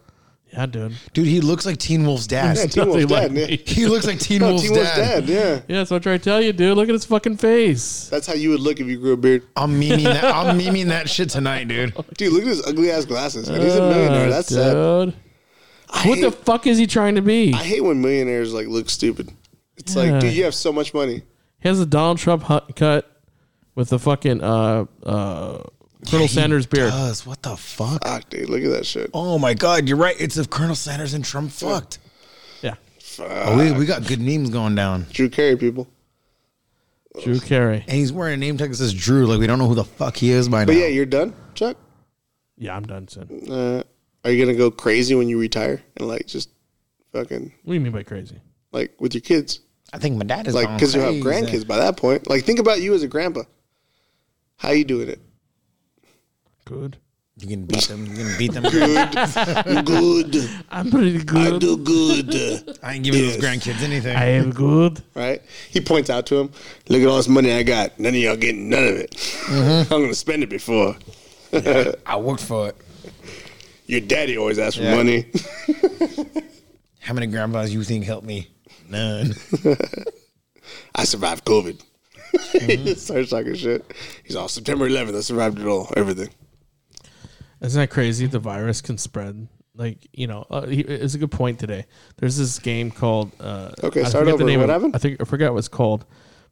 Speaker 3: Yeah, dude.
Speaker 2: dude. He looks like Teen Wolf's
Speaker 1: Yeah,
Speaker 2: dad.
Speaker 1: Teen Wolf's
Speaker 3: like
Speaker 1: dad.
Speaker 3: me.
Speaker 1: Yeah.
Speaker 2: he looks like Teen
Speaker 1: No,
Speaker 2: Wolf's
Speaker 1: Teen
Speaker 2: dad.
Speaker 1: Wolf's dad. Yeah,
Speaker 3: Yeah, that's what I try to tell you, dude. Look at his fucking face.
Speaker 1: that's how you would look if you grew a beard.
Speaker 2: I'm memeing that. I'm memeing that shit tonight, dude.
Speaker 1: Dude, look at his ugly ass glasses. And he's a millionaire. That's
Speaker 3: Ah,
Speaker 1: uh,
Speaker 3: dude.
Speaker 1: sad. I
Speaker 3: Uh, What
Speaker 1: hate,
Speaker 3: the fuck is he trying to be?
Speaker 1: I hate when millionaires like look stupid. It's
Speaker 3: Yeah.
Speaker 1: like, dude, you have so much money.
Speaker 3: He has a Donald Trump hu- cut with the fucking uh uh Colonel Sanders beard.
Speaker 2: Does what the fuck?
Speaker 1: Fuck, Ah, dude, look at that shit.
Speaker 2: Oh my god, you're right. It's if Colonel Sanders and Trump fucked.
Speaker 3: Yeah,
Speaker 1: Uh,
Speaker 2: Oh, we, we got good memes going down.
Speaker 1: Drew Carey, people.
Speaker 3: Drew Carey.
Speaker 2: and he's wearing a name tag that says Drew. Like we don't know who the fuck he is by
Speaker 1: But
Speaker 2: now.
Speaker 1: yeah, you're done, Chuck.
Speaker 3: Yeah, I'm done, son. What
Speaker 1: Uh, are you gonna go crazy when you retire and like just fucking
Speaker 3: do you mean by crazy?
Speaker 1: like with your kids?
Speaker 2: I think my dad is
Speaker 1: like
Speaker 2: gone
Speaker 1: because you have
Speaker 2: crazy.
Speaker 1: grandkids by that point. Like think about you as a grandpa. How you doing it?
Speaker 3: Good.
Speaker 2: You can beat them. You can beat them.
Speaker 1: Good.
Speaker 3: I'm pretty good. I,
Speaker 1: do good.
Speaker 2: I ain't giving those grandkids anything.
Speaker 3: am good.
Speaker 1: Right? He points out to him, "Look at all this money I got. None of y'all getting none of it.
Speaker 3: Mm-hmm.
Speaker 1: I'm gonna spend it before."
Speaker 2: I worked for it.
Speaker 1: Your daddy always asks for
Speaker 2: Yeah.
Speaker 1: money.
Speaker 2: How many grandpas you think helped me? None.
Speaker 1: I survived COVID. he
Speaker 3: Mm-hmm.
Speaker 1: just starts talking shit. He's all September 11th. I survived it all. Everything.
Speaker 3: Isn't that crazy? The virus can spread. Like you know, uh, he, it's a good point today. There's this game called. Uh,
Speaker 1: Okay,
Speaker 3: I
Speaker 1: start
Speaker 3: forget the
Speaker 1: over.
Speaker 3: name
Speaker 1: What
Speaker 3: of-
Speaker 1: happened?
Speaker 3: I think I forgot what it's called,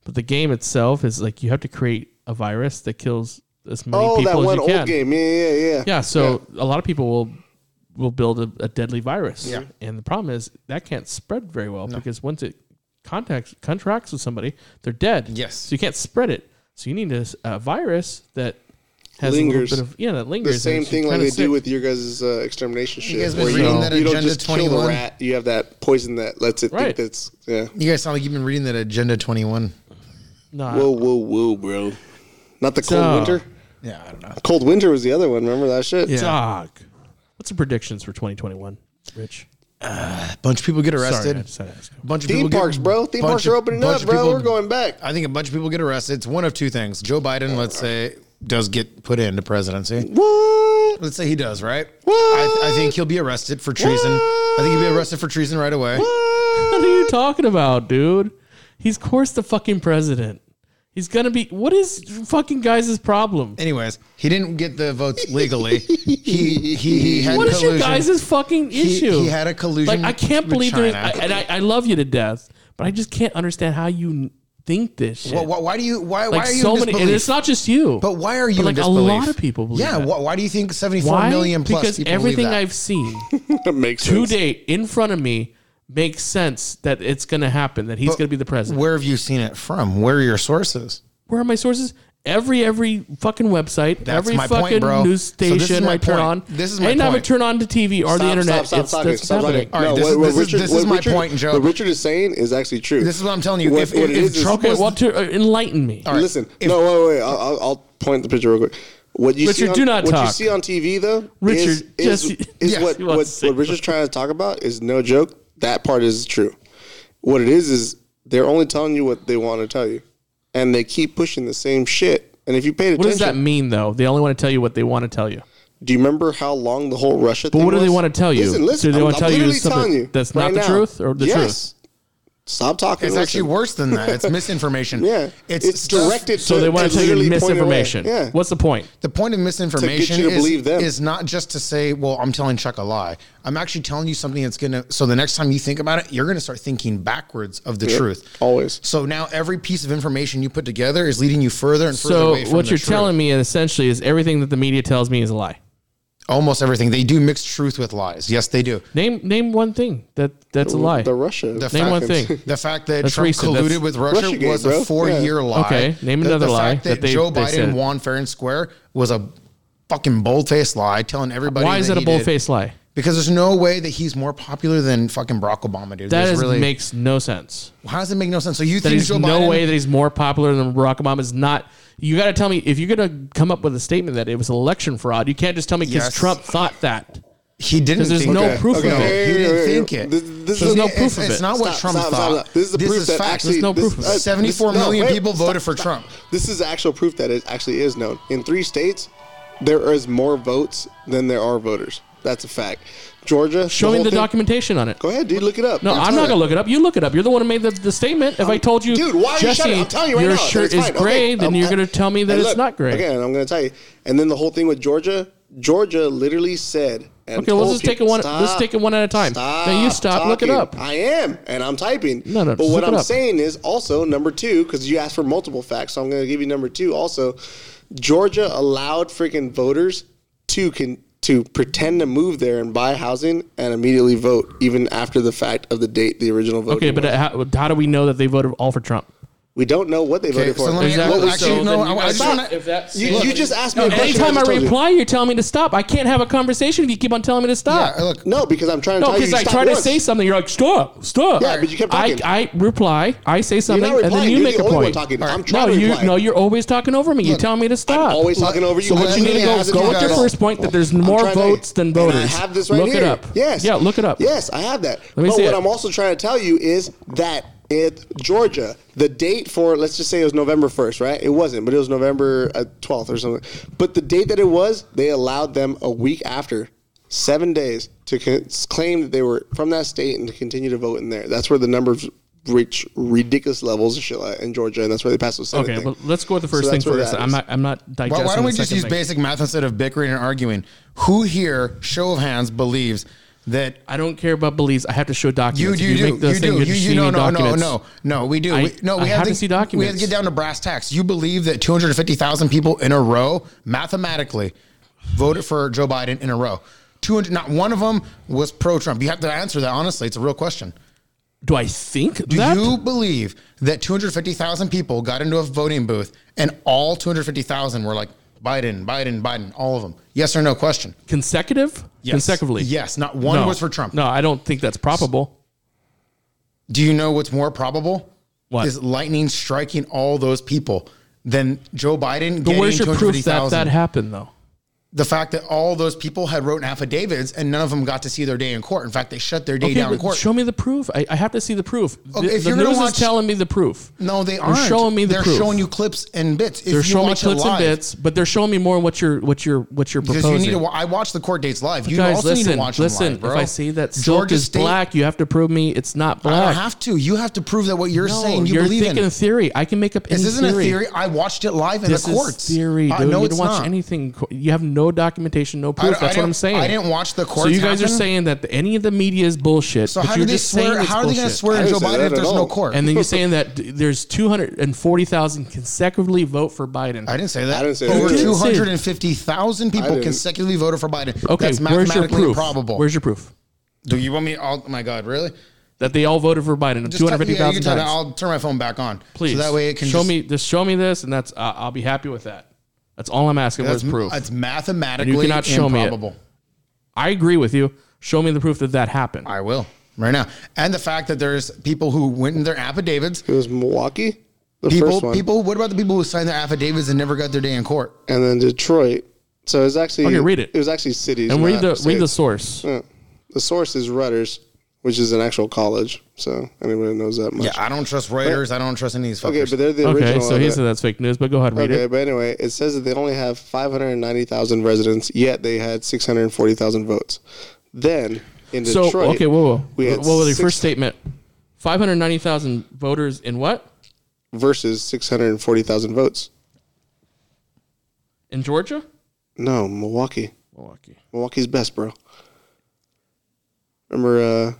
Speaker 3: but the game itself is like you have to create a virus that kills as many
Speaker 1: Oh,
Speaker 3: people
Speaker 1: that
Speaker 3: as
Speaker 1: one
Speaker 3: you
Speaker 1: old
Speaker 3: can.
Speaker 1: game. Yeah, yeah, yeah.
Speaker 3: Yeah, so a lot of people will will build a, a deadly virus. Yeah. And the problem is that can't spread very well because once it contacts contracts with somebody, they're dead.
Speaker 2: Yes.
Speaker 3: So you can't spread it. So you need a, s- a virus that has
Speaker 1: Lingers.
Speaker 3: a little bit of yeah, that lingers.
Speaker 1: The
Speaker 3: and
Speaker 1: same
Speaker 3: it's
Speaker 1: thing like
Speaker 3: kinda
Speaker 1: they
Speaker 3: sick.
Speaker 1: do with your guys' uh, extermination shit.
Speaker 2: guys been
Speaker 1: where
Speaker 2: reading
Speaker 1: don't-
Speaker 2: that
Speaker 1: don't
Speaker 2: Agenda
Speaker 1: just kill the
Speaker 2: 21?
Speaker 1: rat. You have that poison that lets it think
Speaker 3: Right.
Speaker 1: that's yeah.
Speaker 2: You guys sound like you've been reading that Agenda 21.
Speaker 3: No, I-
Speaker 1: Whoa, whoa, whoa, bro! Not the cold
Speaker 3: So-
Speaker 1: winter.
Speaker 2: Yeah, I don't know.
Speaker 1: Cold winter was the other one. Remember that shit?
Speaker 3: yeah. dog. What's the predictions for 2021, Rich?
Speaker 2: A bunch of people get
Speaker 3: Sorry, I
Speaker 2: arrested.
Speaker 3: just had to ask you.
Speaker 2: bunch of
Speaker 1: Theme
Speaker 2: people get-
Speaker 1: parks, bro. Theme
Speaker 2: bunch
Speaker 1: parks
Speaker 2: of-
Speaker 1: are opening
Speaker 2: bunch
Speaker 1: up,
Speaker 2: of
Speaker 1: bro.
Speaker 2: people-
Speaker 1: We're going back.
Speaker 2: I think a bunch of people get arrested. It's one of two things. Joe Biden, let's say, does get put into presidency.
Speaker 1: What?
Speaker 2: Let's say he does, right?
Speaker 1: What?
Speaker 2: I, I think he'll be arrested for treason. I think he'll be arrested for treason right away.
Speaker 3: What are you talking about, dude? He's of course the fucking president. He's gonna be. What is fucking guys' problem?
Speaker 2: Anyways, he didn't get the votes legally. he, he he had
Speaker 3: What is
Speaker 2: collusion.
Speaker 3: your guys' fucking issue?
Speaker 2: he had a collusion
Speaker 3: Like I can't
Speaker 2: with
Speaker 3: believe there's, I,
Speaker 2: China.
Speaker 3: and I, I love you to death, but I just can't understand how you n- think this shit.
Speaker 2: Why- why, why do you why why
Speaker 3: like
Speaker 2: are you
Speaker 3: so
Speaker 2: in
Speaker 3: many,
Speaker 2: disbelief?
Speaker 3: and it's not just you.
Speaker 2: but why are you
Speaker 3: but like
Speaker 2: in
Speaker 3: a
Speaker 2: disbelief?
Speaker 3: lot of people believe
Speaker 2: Yeah,
Speaker 3: that.
Speaker 2: why, why do you think seventy four
Speaker 3: Why?
Speaker 2: million plus
Speaker 3: because
Speaker 2: people
Speaker 3: everything
Speaker 2: believe that?
Speaker 3: I've seen
Speaker 1: Makes
Speaker 3: to
Speaker 1: sense.
Speaker 3: date in front of me makes sense that it's going to happen. That he's going to be the president.
Speaker 2: Where have you seen it from? Where are your sources?
Speaker 3: Where are my sources? Every every fucking website,
Speaker 2: That's
Speaker 3: every
Speaker 2: my point,
Speaker 3: fucking
Speaker 2: bro.
Speaker 3: news
Speaker 2: So this is
Speaker 3: station
Speaker 2: my
Speaker 3: I turn
Speaker 2: point.
Speaker 3: on.
Speaker 2: This is my
Speaker 3: Anytime I
Speaker 2: point.
Speaker 3: turn on to TV or the internet, it's that's what's happening.
Speaker 2: All right, this is- this is- this is my point, Joe.
Speaker 1: What Richard is saying is actually true.
Speaker 2: This is what I'm telling you.
Speaker 1: What-
Speaker 2: If-
Speaker 1: what
Speaker 2: if-
Speaker 1: it
Speaker 2: if
Speaker 1: is is-
Speaker 2: Trump
Speaker 3: Okay, well, to, uh, enlighten me.
Speaker 2: All right.
Speaker 1: Listen,
Speaker 2: If-
Speaker 1: no, wait, wait. I'll, I'll- I'll point the picture real quick. What you see
Speaker 3: Richard,
Speaker 1: on,
Speaker 3: do not
Speaker 1: what you
Speaker 3: talk.
Speaker 1: see on TV though, is,
Speaker 3: Richard,
Speaker 1: is,
Speaker 3: Jesse-
Speaker 1: is
Speaker 2: Yes,
Speaker 1: what
Speaker 3: he
Speaker 1: what,
Speaker 3: wants
Speaker 1: what
Speaker 3: to say
Speaker 1: Richard's trying to talk about is no joke. That part is true. What it is is they're only telling you what they want to tell you, and they keep pushing the same shit. And if you paid attention,
Speaker 3: What does that mean, though? They only want to tell you what they want to tell you.
Speaker 1: do you remember how long the whole Russia? But
Speaker 3: what do they want to tell you?
Speaker 1: Listen, listen.
Speaker 3: Do they
Speaker 1: I'm,
Speaker 3: want to
Speaker 1: I'm
Speaker 3: tell you
Speaker 1: literally
Speaker 3: something
Speaker 1: telling you
Speaker 3: that's not
Speaker 1: right
Speaker 3: the
Speaker 1: now.
Speaker 3: truth or the
Speaker 1: yes. truth. Stop talking.
Speaker 2: It's
Speaker 1: listen.
Speaker 2: actually worse than that. It's misinformation.
Speaker 1: Yeah,
Speaker 2: it's, stuff-
Speaker 1: directed.
Speaker 3: So
Speaker 1: to,
Speaker 3: they want to tell
Speaker 1: literally
Speaker 3: you
Speaker 1: point it away.
Speaker 3: misinformation.
Speaker 1: Yeah.
Speaker 3: What's the point?
Speaker 2: The point of misinformation
Speaker 1: to
Speaker 2: is,
Speaker 1: believe them.
Speaker 2: is not just to say, "Well, I'm telling Chuck a lie." I'm actually telling you something that's gonna. So the next time you think about it, you're gonna start thinking backwards of the truth.
Speaker 1: always.
Speaker 2: So now every piece of information you put together is leading you further and further
Speaker 3: So
Speaker 2: away from
Speaker 3: what
Speaker 2: the
Speaker 3: you're
Speaker 2: truth.
Speaker 3: telling me, essentially, is everything that the media tells me is a lie.
Speaker 2: Almost everything they do mix truth with lies. Yes, they do.
Speaker 3: Name name one thing that that's a lie.
Speaker 1: The Russia.
Speaker 2: The
Speaker 3: name one
Speaker 1: Falcons.
Speaker 3: thing.
Speaker 2: The fact that
Speaker 3: That's
Speaker 2: Trump
Speaker 3: recent.
Speaker 2: colluded
Speaker 3: That's-
Speaker 2: with Russia
Speaker 1: Russiagate,
Speaker 2: was
Speaker 1: bro.
Speaker 2: a four-year lie.
Speaker 3: Okay, name
Speaker 2: The-
Speaker 3: another
Speaker 2: the
Speaker 3: lie
Speaker 2: fact
Speaker 3: that they-
Speaker 2: Joe
Speaker 3: they
Speaker 2: Biden
Speaker 3: said.
Speaker 2: won fair and square was a fucking bold-faced lie, telling everybody.
Speaker 3: Why is that a
Speaker 2: he did.
Speaker 3: bold faced lie?
Speaker 2: Because there's no way that he's more popular than fucking Barack Obama, dude.
Speaker 3: That
Speaker 2: There's
Speaker 3: is,
Speaker 2: really,
Speaker 3: makes no sense.
Speaker 2: how does it make no sense? So you
Speaker 3: That
Speaker 2: think
Speaker 3: is
Speaker 2: Joe
Speaker 3: no
Speaker 2: Biden?
Speaker 3: way that he's more popular than Barack Obama is not. You got to tell me if you're going to come up with a statement that it was election fraud. You can't just tell me because
Speaker 2: Yes.
Speaker 3: Trump thought that.
Speaker 2: he didn't.
Speaker 3: 'Cause there's
Speaker 2: think
Speaker 3: no
Speaker 2: that.
Speaker 3: proof of
Speaker 2: No,
Speaker 3: it.
Speaker 2: He
Speaker 1: Hey, hey,
Speaker 2: didn't
Speaker 1: hey,
Speaker 2: think
Speaker 1: hey,
Speaker 2: it.
Speaker 1: this- this
Speaker 3: is- no
Speaker 2: it's-
Speaker 3: proof of
Speaker 2: It's
Speaker 3: it.
Speaker 2: not what
Speaker 1: Stop,
Speaker 2: Trump
Speaker 1: stop,
Speaker 2: thought.
Speaker 1: stop. This is the proof that
Speaker 2: fact.
Speaker 1: actually
Speaker 3: There's no proof of it.
Speaker 1: this- uh,
Speaker 2: 74
Speaker 1: no,
Speaker 2: million
Speaker 1: wait,
Speaker 2: people
Speaker 1: stop,
Speaker 2: voted for
Speaker 1: stop.
Speaker 2: Trump.
Speaker 1: This is actual proof that it actually is known. In three states, there is more votes than there are voters. That's a fact. Georgia.
Speaker 3: Show me
Speaker 1: whole
Speaker 3: the
Speaker 1: thing-
Speaker 3: documentation on it.
Speaker 1: Go ahead, dude. Look it up.
Speaker 3: No, I'm not gonna look it up. You look it up. You're the one who made the, the statement. If I told you,
Speaker 1: Dude, why are you
Speaker 3: Jesse,
Speaker 1: shutting? I'm telling you right
Speaker 3: your
Speaker 1: now. that
Speaker 3: shirt
Speaker 1: it's
Speaker 3: is
Speaker 1: fine.
Speaker 3: gray,
Speaker 1: Okay,
Speaker 3: then
Speaker 1: I'm-
Speaker 3: you're
Speaker 1: I-
Speaker 3: gonna tell me that
Speaker 1: Hey,
Speaker 3: it's
Speaker 1: look,
Speaker 3: not gray.
Speaker 1: Again, I'm gonna tell you. And then the whole thing with Georgia. Georgia literally said. And
Speaker 3: Okay, well,
Speaker 1: told
Speaker 3: let's take it
Speaker 1: people,
Speaker 3: one- let's take it one at a time.
Speaker 1: Stop
Speaker 3: Now, you stop, look it
Speaker 1: talking.
Speaker 3: up.
Speaker 1: I am, and I'm typing.
Speaker 3: No, no,
Speaker 1: But
Speaker 3: just
Speaker 1: what
Speaker 3: look it
Speaker 1: I'm
Speaker 3: up.
Speaker 1: saying is also number two because you asked for multiple facts, so I'm going to give you number two. Also, Georgia allowed freaking voters to can to pretend to move there and buy housing and immediately vote even after the fact of the date the original vote.
Speaker 3: Okay, but uh, how, how do we know that they voted all for Trump?
Speaker 1: we don't know what they voted
Speaker 2: so
Speaker 1: for.
Speaker 2: let me-
Speaker 1: What
Speaker 2: Exactly.
Speaker 1: was-
Speaker 2: actually, no,
Speaker 3: then
Speaker 2: I-
Speaker 3: you
Speaker 2: I
Speaker 3: guys-
Speaker 2: just wanna-
Speaker 3: if that's-
Speaker 1: you,
Speaker 3: look,
Speaker 1: you just asked me a question.
Speaker 3: Anytime I
Speaker 1: just told you.
Speaker 3: reply, you. are telling me to stop. I can't have a conversation if you keep on telling me to stop.
Speaker 2: Yeah, look,
Speaker 1: no, because I'm trying to
Speaker 3: no,
Speaker 1: tell you.
Speaker 3: because I
Speaker 1: stop
Speaker 3: try to
Speaker 1: once.
Speaker 3: say something, you're like, stop, stop.
Speaker 1: Yeah, but you kept
Speaker 3: I,
Speaker 1: talking.
Speaker 3: I reply, I say
Speaker 1: You're
Speaker 3: something,
Speaker 1: not
Speaker 3: and then
Speaker 1: replying.
Speaker 3: you
Speaker 1: You're
Speaker 3: make
Speaker 1: the
Speaker 3: a
Speaker 1: only one
Speaker 3: point.
Speaker 1: talking. I'm
Speaker 3: No,
Speaker 1: trying to
Speaker 3: you
Speaker 1: reply.
Speaker 3: no, you're always talking over me. You're telling me to stop.
Speaker 1: I'm always talking over you.
Speaker 3: So
Speaker 1: I
Speaker 3: what you need
Speaker 1: literally
Speaker 3: to go
Speaker 1: asked
Speaker 3: go
Speaker 1: you
Speaker 3: with your
Speaker 1: guys-
Speaker 3: first point that there's
Speaker 1: I'm
Speaker 3: more
Speaker 1: trying to-
Speaker 3: votes than
Speaker 1: and I
Speaker 3: voters.
Speaker 1: have this right
Speaker 3: look
Speaker 1: here.
Speaker 3: it up.
Speaker 1: Yes.
Speaker 3: Yeah, look it up.
Speaker 1: Yes, I have that.
Speaker 3: Let me
Speaker 1: but
Speaker 3: see
Speaker 1: what
Speaker 3: it.
Speaker 1: I'm also trying to tell you is that it Georgia, the date for let's just say it was November 1st, right? It wasn't, but it was November uh, 12th or something. But the date that it was, they allowed them a week after. Seven days to con- claim that they were from that state and to continue to vote in there. That's where the number of reach ridiculous levels of shit like in Georgia, and that's where they passed those.
Speaker 3: Okay,
Speaker 1: thing.
Speaker 3: well, let's go with the first
Speaker 1: So
Speaker 3: thing
Speaker 1: that's where
Speaker 3: first.
Speaker 1: that
Speaker 3: I'm
Speaker 1: is.
Speaker 3: not. I'm not digesting.
Speaker 2: Why, why don't we
Speaker 3: the
Speaker 2: just
Speaker 3: second
Speaker 2: use
Speaker 3: thing.
Speaker 2: basic math instead of bickering and arguing? Who here, show of hands, believes that
Speaker 3: I don't care about beliefs. I have to show
Speaker 2: you
Speaker 3: documents.
Speaker 2: you
Speaker 3: If
Speaker 2: do
Speaker 3: make the
Speaker 2: you
Speaker 3: thing,
Speaker 2: do you,
Speaker 3: you're
Speaker 2: you
Speaker 3: just
Speaker 2: no
Speaker 3: shooting
Speaker 2: no no
Speaker 3: documents.
Speaker 2: no no we do
Speaker 3: I-
Speaker 2: we, no we
Speaker 3: I
Speaker 2: have
Speaker 3: have to see
Speaker 2: We have
Speaker 3: documents.
Speaker 2: to get down to brass tacks. You believe that two hundred fifty thousand people in a row mathematically voted for Joe Biden in a row. Two hundred, not one of them was pro Trump. You have to answer that honestly. It's a real question.
Speaker 3: Do I think
Speaker 2: Do
Speaker 3: that?
Speaker 2: you believe that 250,000 people got into a voting booth and all 250,000 were like Biden, Biden, Biden, all of them? Yes or no question?
Speaker 3: consecutive?
Speaker 2: Yes.
Speaker 3: Consecutively.
Speaker 2: Yes. Not one
Speaker 3: No.
Speaker 2: was for Trump.
Speaker 3: No, I don't think that's probable.
Speaker 2: Do you know what's more probable?
Speaker 3: What?
Speaker 2: Is lightning striking all those people than Joe Biden
Speaker 3: But
Speaker 2: getting
Speaker 3: where's your proof that
Speaker 2: 250,000?
Speaker 3: that happened though?
Speaker 2: the fact that all those people had wrote affidavits and none of them got to see their day in court. In fact, they shut their day
Speaker 3: Okay,
Speaker 2: down in
Speaker 3: but
Speaker 2: court.
Speaker 3: show me the proof. I, I have to see the proof. The-
Speaker 2: Okay, if
Speaker 3: the
Speaker 2: you're gonna
Speaker 3: news
Speaker 2: watch-
Speaker 3: is telling me the proof.
Speaker 2: no, they
Speaker 3: They're
Speaker 2: aren't.
Speaker 3: showing me the
Speaker 2: They're
Speaker 3: proof.
Speaker 2: showing you clips and bits. If
Speaker 3: They're
Speaker 2: you
Speaker 3: showing me
Speaker 2: watch it
Speaker 3: clips and
Speaker 2: live-
Speaker 3: bits, but they're showing me more what you're what you're what you're
Speaker 2: Because
Speaker 3: proposing.
Speaker 2: you need to. Wa- I watch the court dates live. You
Speaker 3: Guys,
Speaker 2: also
Speaker 3: listen,
Speaker 2: need to watch them
Speaker 3: listen.
Speaker 2: live, bro.
Speaker 3: If I see that silk
Speaker 2: Georgia
Speaker 3: is
Speaker 2: State-
Speaker 3: black, you have to prove me it's not
Speaker 2: I don't
Speaker 3: black.
Speaker 2: have to. You have to prove that what you're
Speaker 3: No,
Speaker 2: saying you
Speaker 3: you're
Speaker 2: believe
Speaker 3: thinking
Speaker 2: in.
Speaker 3: a theory. I can make up any
Speaker 2: this isn't
Speaker 3: theory.
Speaker 2: a theory. I watched it live in
Speaker 3: This
Speaker 2: the courts.
Speaker 3: is theory,
Speaker 2: Uh,
Speaker 3: dude.
Speaker 2: no,
Speaker 3: you
Speaker 2: it's
Speaker 3: didn't watch
Speaker 2: not.
Speaker 3: anything. co- You have no documentation,
Speaker 2: I-
Speaker 3: no proof.
Speaker 2: I
Speaker 3: That's what I'm
Speaker 2: didn't-
Speaker 3: saying.
Speaker 2: I didn't watch the
Speaker 3: So
Speaker 2: courts
Speaker 3: you guys are
Speaker 2: happen.
Speaker 3: saying that any of the media is bullshit.
Speaker 2: So
Speaker 3: but
Speaker 2: how
Speaker 3: you're
Speaker 2: do they
Speaker 3: just saying
Speaker 2: swear?
Speaker 3: it's
Speaker 2: How are they going to
Speaker 3: bullshit.
Speaker 2: swear
Speaker 1: I
Speaker 2: at Joe
Speaker 1: didn't say
Speaker 2: Biden
Speaker 1: that
Speaker 2: if
Speaker 1: at
Speaker 2: there's no
Speaker 1: all.
Speaker 2: court?
Speaker 3: And then you're saying that d- there's 240,000 consecutively vote for Biden.
Speaker 2: I didn't say that.
Speaker 1: I didn't say that.
Speaker 2: Over
Speaker 1: You did say-
Speaker 2: 250,000
Speaker 1: I
Speaker 2: people
Speaker 1: didn't.
Speaker 2: consecutively voted for Biden.
Speaker 3: okay,
Speaker 2: That's
Speaker 3: where's your
Speaker 2: mathematically
Speaker 3: proof?
Speaker 2: improbable.
Speaker 3: Where's your proof
Speaker 2: do you want me? Oh my God, really?
Speaker 3: that they all voted for Biden
Speaker 2: Just tell- yeah, you
Speaker 3: 250,000
Speaker 2: tell me.
Speaker 3: times?
Speaker 2: I'll turn my phone back on.
Speaker 3: Please,
Speaker 2: So that way it can
Speaker 3: show
Speaker 2: just-
Speaker 3: me. Just show me this, and that's uh, I'll be happy with that. That's all I'm asking.
Speaker 2: That's
Speaker 3: was proof.
Speaker 2: It's mathematically
Speaker 3: You cannot show me it.
Speaker 2: improbable.
Speaker 3: I agree with you. Show me the proof that that happened.
Speaker 2: I will right now. And the fact that there's people who went in their affidavits.
Speaker 1: it was Milwaukee, the
Speaker 2: People,
Speaker 1: first one,
Speaker 2: people. What about the people who signed their affidavits and never got their day in court?
Speaker 1: and then Detroit. So it's actually
Speaker 3: Okay, read it.
Speaker 1: It was actually cities.
Speaker 3: and
Speaker 1: not
Speaker 3: read the read the
Speaker 1: states.
Speaker 3: source.
Speaker 1: Yeah. The source is Rutgers, which is an actual college. So anyone that knows that much.
Speaker 2: Yeah, I don't trust Reuters. I don't trust any of these
Speaker 1: Okay,
Speaker 2: fuckers.
Speaker 1: but they're the
Speaker 3: Okay,
Speaker 1: original.
Speaker 3: so
Speaker 1: of
Speaker 3: he
Speaker 1: it.
Speaker 3: said that's fake news, but go ahead read
Speaker 1: Okay,
Speaker 3: it.
Speaker 1: but anyway, it says that they only have 590,000 residents, yet they had 640,000 votes. Then in
Speaker 3: So
Speaker 1: Detroit,
Speaker 3: okay, whoa, whoa.
Speaker 1: we had
Speaker 3: what was the
Speaker 1: six-
Speaker 3: first statement? Five hundred ninety thousand voters in what
Speaker 1: versus 640,000 votes.
Speaker 3: in Georgia?
Speaker 1: No, Milwaukee.
Speaker 3: Milwaukee.
Speaker 1: Milwaukee's best, bro. Remember uh,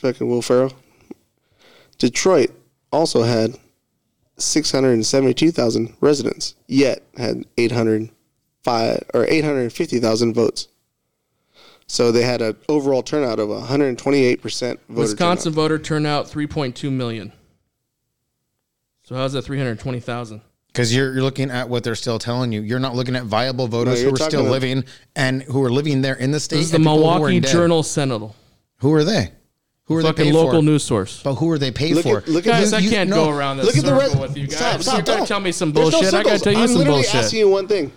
Speaker 1: fucking Will Ferrell? Detroit also had 672,000 residents, yet had 805 or 850,000 votes. So they had an overall turnout of 128% voter
Speaker 3: Wisconsin
Speaker 1: turnout.
Speaker 3: voter turnout three point two million. So how's that three hundred twenty thousand?
Speaker 2: Because you're, you're looking at what they're still telling you. You're not looking at viable voters
Speaker 1: you're
Speaker 2: who are
Speaker 1: talking
Speaker 2: still
Speaker 1: about-
Speaker 2: living and who are living there in the state.
Speaker 3: This is the
Speaker 2: and people who are
Speaker 3: Milwaukee
Speaker 2: dead.
Speaker 3: Journal Sentinel,
Speaker 2: Who are they? Who are they
Speaker 3: fucking
Speaker 2: paid
Speaker 3: local
Speaker 2: for?
Speaker 3: news source.
Speaker 2: But who are they paid
Speaker 1: Look
Speaker 2: for?
Speaker 1: at- look at
Speaker 3: Guys,
Speaker 2: You-
Speaker 3: I
Speaker 2: you-
Speaker 3: can't
Speaker 2: no,
Speaker 3: go around this
Speaker 1: Look at the
Speaker 3: circle
Speaker 1: re-
Speaker 3: with you guys.
Speaker 1: Stop, stop,
Speaker 3: You're gonna
Speaker 1: don't.
Speaker 3: tell me some
Speaker 1: There's no
Speaker 3: bullshit. I gotta
Speaker 1: circles.
Speaker 3: tell you
Speaker 1: I'm
Speaker 3: some
Speaker 1: literally
Speaker 3: bullshit.
Speaker 1: asking you one thing.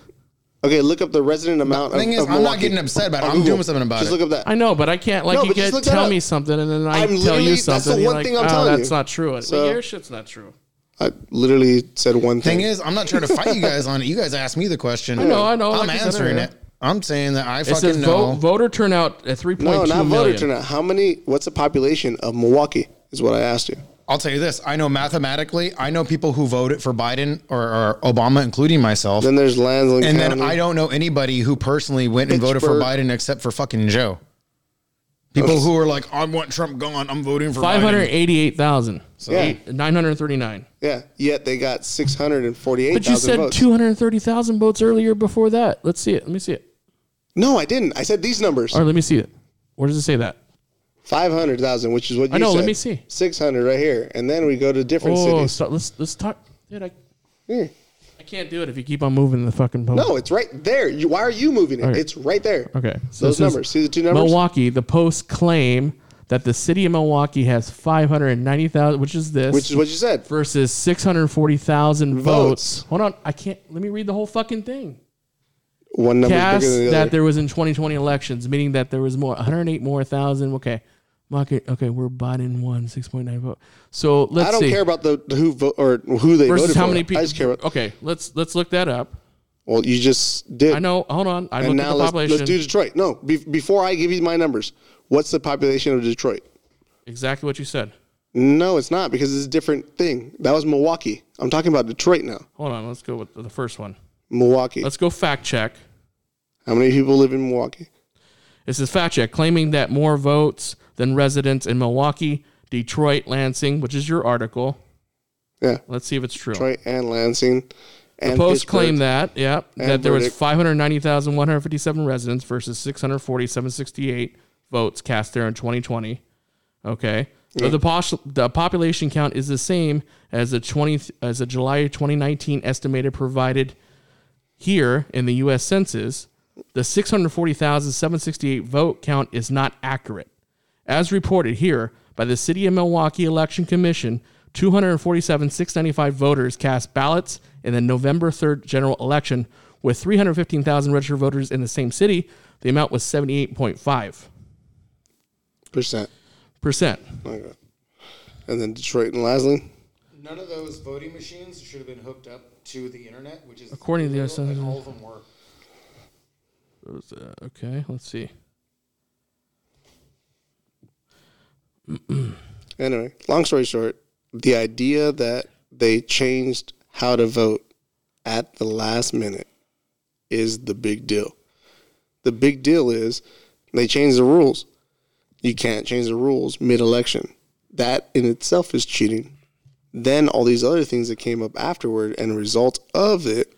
Speaker 1: Okay, look up the resident amount
Speaker 2: thing
Speaker 1: of,
Speaker 2: is,
Speaker 1: of
Speaker 2: I'm not
Speaker 1: Milwaukee
Speaker 2: getting upset about it.
Speaker 1: on
Speaker 2: I'm doing
Speaker 1: Google.
Speaker 2: something about
Speaker 1: Just
Speaker 2: it.
Speaker 1: look up
Speaker 3: I
Speaker 1: that.
Speaker 3: know, but I can't. Like,
Speaker 1: No,
Speaker 3: you
Speaker 1: but just
Speaker 3: get
Speaker 1: look that
Speaker 3: tell
Speaker 1: up.
Speaker 3: me something, and then I
Speaker 1: I'm
Speaker 3: tell
Speaker 1: literally-
Speaker 3: you
Speaker 1: that's the
Speaker 3: something. and
Speaker 1: one
Speaker 3: you're
Speaker 1: thing I'm
Speaker 3: like, oh,
Speaker 1: telling
Speaker 3: that's
Speaker 1: you."
Speaker 3: not true.
Speaker 1: So-
Speaker 3: your shit's not true.
Speaker 1: I literally said one thing.
Speaker 2: Thing is, I'm not trying to fight you guys on it. You guys asked me the question. I
Speaker 3: know, I know,
Speaker 2: I'm
Speaker 3: like I said
Speaker 2: answering
Speaker 3: earlier.
Speaker 2: it. I'm saying that I
Speaker 3: It says
Speaker 2: fucking know.
Speaker 3: vote, voter turnout at three
Speaker 1: No,
Speaker 3: point two
Speaker 1: not voter
Speaker 3: million.
Speaker 1: turnout. How many? What's the population of Milwaukee? Is what I asked you.
Speaker 2: I'll tell you this. I know mathematically, I know people who voted for Biden or, or Obama, including myself.
Speaker 1: Then there's Lansing
Speaker 2: and
Speaker 1: County.
Speaker 4: Um,
Speaker 2: then I don't know anybody who personally went and voted for
Speaker 1: Pittsburgh.
Speaker 2: Biden except for fucking Joe. People who are like, I want Trump gone. I'm voting for
Speaker 3: Five hundred
Speaker 2: Biden.
Speaker 3: eighty-eight thousand.
Speaker 1: Yeah.
Speaker 3: Nine hundred thirty-nine.
Speaker 1: yeah, yet they got six hundred and forty-eight
Speaker 3: But you
Speaker 1: thousand
Speaker 3: said
Speaker 1: votes.
Speaker 3: two hundred thirty thousand votes earlier before that. Let's see it. Let me see it.
Speaker 1: no, I didn't. I said these numbers:
Speaker 3: All right, let me see it. Where does it say that?
Speaker 1: five hundred thousand, which is what you
Speaker 3: I know,
Speaker 1: said.
Speaker 3: let me see.
Speaker 1: Six hundred right here, and then we go to different
Speaker 3: Oh,
Speaker 1: cities.
Speaker 3: stop. let's let's talk, dude. I,
Speaker 1: Yeah.
Speaker 3: I can't do it if you keep on moving the fucking. Post.
Speaker 1: No, it's right there. You, why are you moving it? It's right there.
Speaker 3: Okay. So
Speaker 1: those
Speaker 3: it says
Speaker 1: numbers. See the two numbers.
Speaker 3: Milwaukee, the Post claim that the city of Milwaukee has 590,000, which is this,
Speaker 1: which is what you said.
Speaker 3: versus 640,000 votes.
Speaker 1: Votes.
Speaker 3: Hold on. I can't. Let me read the whole fucking thing.
Speaker 1: One number
Speaker 3: Cast
Speaker 1: bigger than the
Speaker 3: that
Speaker 1: other.
Speaker 3: there was in 2020 elections, meaning that there was more, 108 more thousand. Okay. Market, okay, we're Biden won 6.9 vote. So let's
Speaker 1: I don't
Speaker 3: see.
Speaker 1: care about the who vote or who they
Speaker 3: versus
Speaker 1: voted
Speaker 3: how
Speaker 1: for.
Speaker 3: many people?
Speaker 1: I just care about.
Speaker 3: okay, let's let's look that up.
Speaker 1: Well, you just did.
Speaker 3: I know. Hold on. I
Speaker 1: And
Speaker 3: looked at
Speaker 1: now
Speaker 3: the
Speaker 1: let's,
Speaker 3: population.
Speaker 1: let's do Detroit. No, be- before I give you my numbers, what's the population of Detroit?
Speaker 3: exactly what you said.
Speaker 1: No, it's not because it's a different thing. That was Milwaukee. I'm talking about Detroit now.
Speaker 3: Hold on, let's go with the first one.
Speaker 1: Milwaukee.
Speaker 3: Let's go fact check.
Speaker 1: How many people live in Milwaukee?
Speaker 3: This is fact check claiming that more votes than residents in Milwaukee, Detroit, Lansing, which is your article.
Speaker 1: Yeah.
Speaker 3: Let's see if it's true.
Speaker 1: Detroit and Lansing. And
Speaker 3: the Post
Speaker 1: Pittsburgh.
Speaker 3: claimed that, yeah, that there was
Speaker 1: Burdick.
Speaker 3: 590,157 residents versus 647,68 votes cast there in 2020. Okay. So the, pos- the population count is the same as the 20 as the July 2019 estimated provided here in the U.S. Census. The 640,768 vote count is not accurate. As reported here by the City of Milwaukee Election Commission, 247,695 voters cast ballots in the November 3rd general election, with 315,000 registered voters in the same city. The amount was 78.5%.
Speaker 1: percent. Okay. And then Detroit and Lansing.
Speaker 4: None of those voting machines should have been hooked up to the internet, which is
Speaker 3: According to the
Speaker 4: illegal, and
Speaker 3: SNL.
Speaker 4: all of them were.
Speaker 3: Those, uh, Okay, let's see.
Speaker 1: Anyway, long story short, the idea that they changed how to vote at the last minute is the big deal. The big deal is they changed the rules. You can't change the rules mid election. That in itself is cheating. Then all these other things that came up afterward and the result of it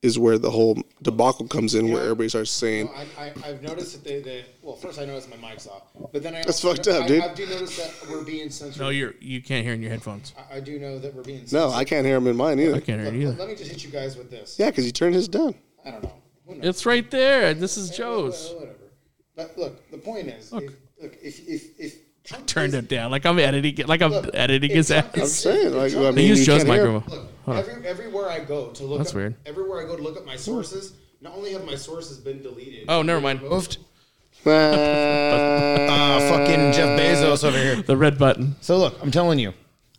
Speaker 1: is where the whole debacle comes in, where everybody starts saying,
Speaker 4: I, I, I've noticed that they, they, well, first I noticed my mic's off, but then I
Speaker 1: That's
Speaker 4: also-
Speaker 1: fucked up,
Speaker 4: I,
Speaker 1: dude.
Speaker 4: I do notice that we're being censored.
Speaker 3: No, you're you can't hear in your headphones.
Speaker 4: I, I do know that we're being censored.
Speaker 1: No, I can't hear him in mine
Speaker 3: I
Speaker 1: either.
Speaker 3: can't hear
Speaker 4: Look,
Speaker 3: it either.
Speaker 4: Let me just hit you guys with this.
Speaker 1: Yeah, because he turned his down.
Speaker 4: I don't know. Who knows?
Speaker 3: It's right there. This is
Speaker 4: Well,
Speaker 3: Joe's.
Speaker 4: Whatever. But look, the point is, look, if, look, if, if, if Trump
Speaker 3: Turned
Speaker 4: is-
Speaker 3: it down. Like I'm editing it. Like I'm
Speaker 4: Look,
Speaker 3: editing
Speaker 4: if
Speaker 3: his
Speaker 4: Trump
Speaker 3: ass.
Speaker 4: is-
Speaker 1: I'm saying, like, I
Speaker 4: They
Speaker 1: mean,
Speaker 3: use
Speaker 1: you
Speaker 3: Joe's
Speaker 1: can't hear him.
Speaker 3: microphone.
Speaker 4: Look, every, everywhere I go to look.
Speaker 3: That's
Speaker 4: up,
Speaker 3: weird.
Speaker 4: Everywhere I go to look up my sources, not only have my sources been deleted.
Speaker 3: Oh, never mind.
Speaker 2: Oofed.
Speaker 1: Ah.
Speaker 2: Ah, fucking Jeff Bezos over here.
Speaker 3: The red button.
Speaker 2: So look, I'm telling you,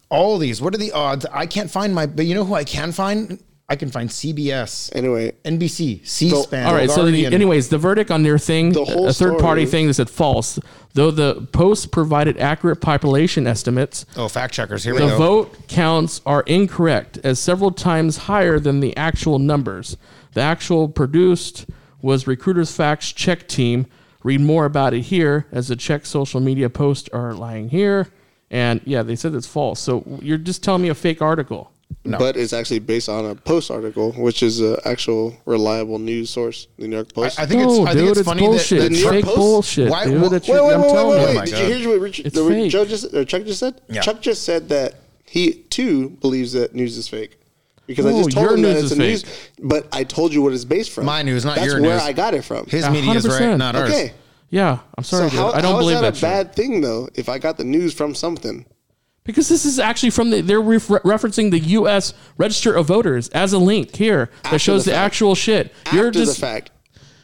Speaker 2: all these. What are the odds? I can't find my. But you know who I can find? I can find CBS,
Speaker 1: Anyway,
Speaker 2: NBC, C-SPAN.
Speaker 3: All right. So, the,
Speaker 2: Guardian.
Speaker 3: anyways, the verdict on their thing,
Speaker 1: The whole
Speaker 3: a third party
Speaker 1: story-
Speaker 3: thing that said false, though the post provided accurate population estimates.
Speaker 2: oh, fact checkers, here we
Speaker 3: The
Speaker 2: go.
Speaker 3: vote counts are incorrect, as several times higher than the actual numbers. The actual produced was Recruiters Facts Check Team. Read more about it here, as the Czech social media posts are lying here. And yeah, they said it's false. So you're just telling me a fake article.
Speaker 1: but it's actually based on a post article, which is an actual reliable news source, the New York Post.
Speaker 2: I think it's.
Speaker 3: no,
Speaker 2: I
Speaker 3: Oh, dude,
Speaker 2: think it's,
Speaker 3: it's
Speaker 2: funny
Speaker 3: bullshit.
Speaker 1: that
Speaker 3: It's
Speaker 1: New York
Speaker 3: fake
Speaker 1: Post-
Speaker 3: bullshit,
Speaker 2: Why-
Speaker 3: dude.
Speaker 2: wha-
Speaker 3: That's
Speaker 1: wait,
Speaker 3: your-
Speaker 1: wait,
Speaker 3: I'm
Speaker 1: wait,
Speaker 3: telling
Speaker 1: wait,
Speaker 3: you.
Speaker 1: wait,
Speaker 2: Oh
Speaker 1: wait.
Speaker 2: my
Speaker 1: Did
Speaker 2: God.
Speaker 1: you hear what Richard,
Speaker 3: It's
Speaker 1: the,
Speaker 3: fake.
Speaker 1: Joe just, or Chuck just said?
Speaker 2: Yeah.
Speaker 1: Chuck just said that he too believes that news is fake. Because I
Speaker 3: No,
Speaker 1: just told
Speaker 3: your
Speaker 1: him that
Speaker 3: news
Speaker 1: it's a news,
Speaker 3: is fake.
Speaker 1: but I told you what it's based from.
Speaker 2: My news, not
Speaker 1: That's
Speaker 2: your
Speaker 1: where
Speaker 2: news.
Speaker 1: I got it from.
Speaker 2: His media is right,
Speaker 3: 100%.
Speaker 2: not ours.
Speaker 1: okay.
Speaker 3: Yeah, I'm
Speaker 1: So
Speaker 3: sorry, dude.
Speaker 1: how,
Speaker 3: I don't
Speaker 1: how is
Speaker 3: believe
Speaker 1: that a
Speaker 3: that shit.
Speaker 1: bad thing though? If I got the news from something,
Speaker 3: Because this is actually from the they're ref- referencing the U.S. Register of Voters as a link here
Speaker 1: After
Speaker 3: that shows
Speaker 1: the
Speaker 3: the,
Speaker 1: fact.
Speaker 3: actual shit.
Speaker 1: after
Speaker 3: you're just
Speaker 1: the fact,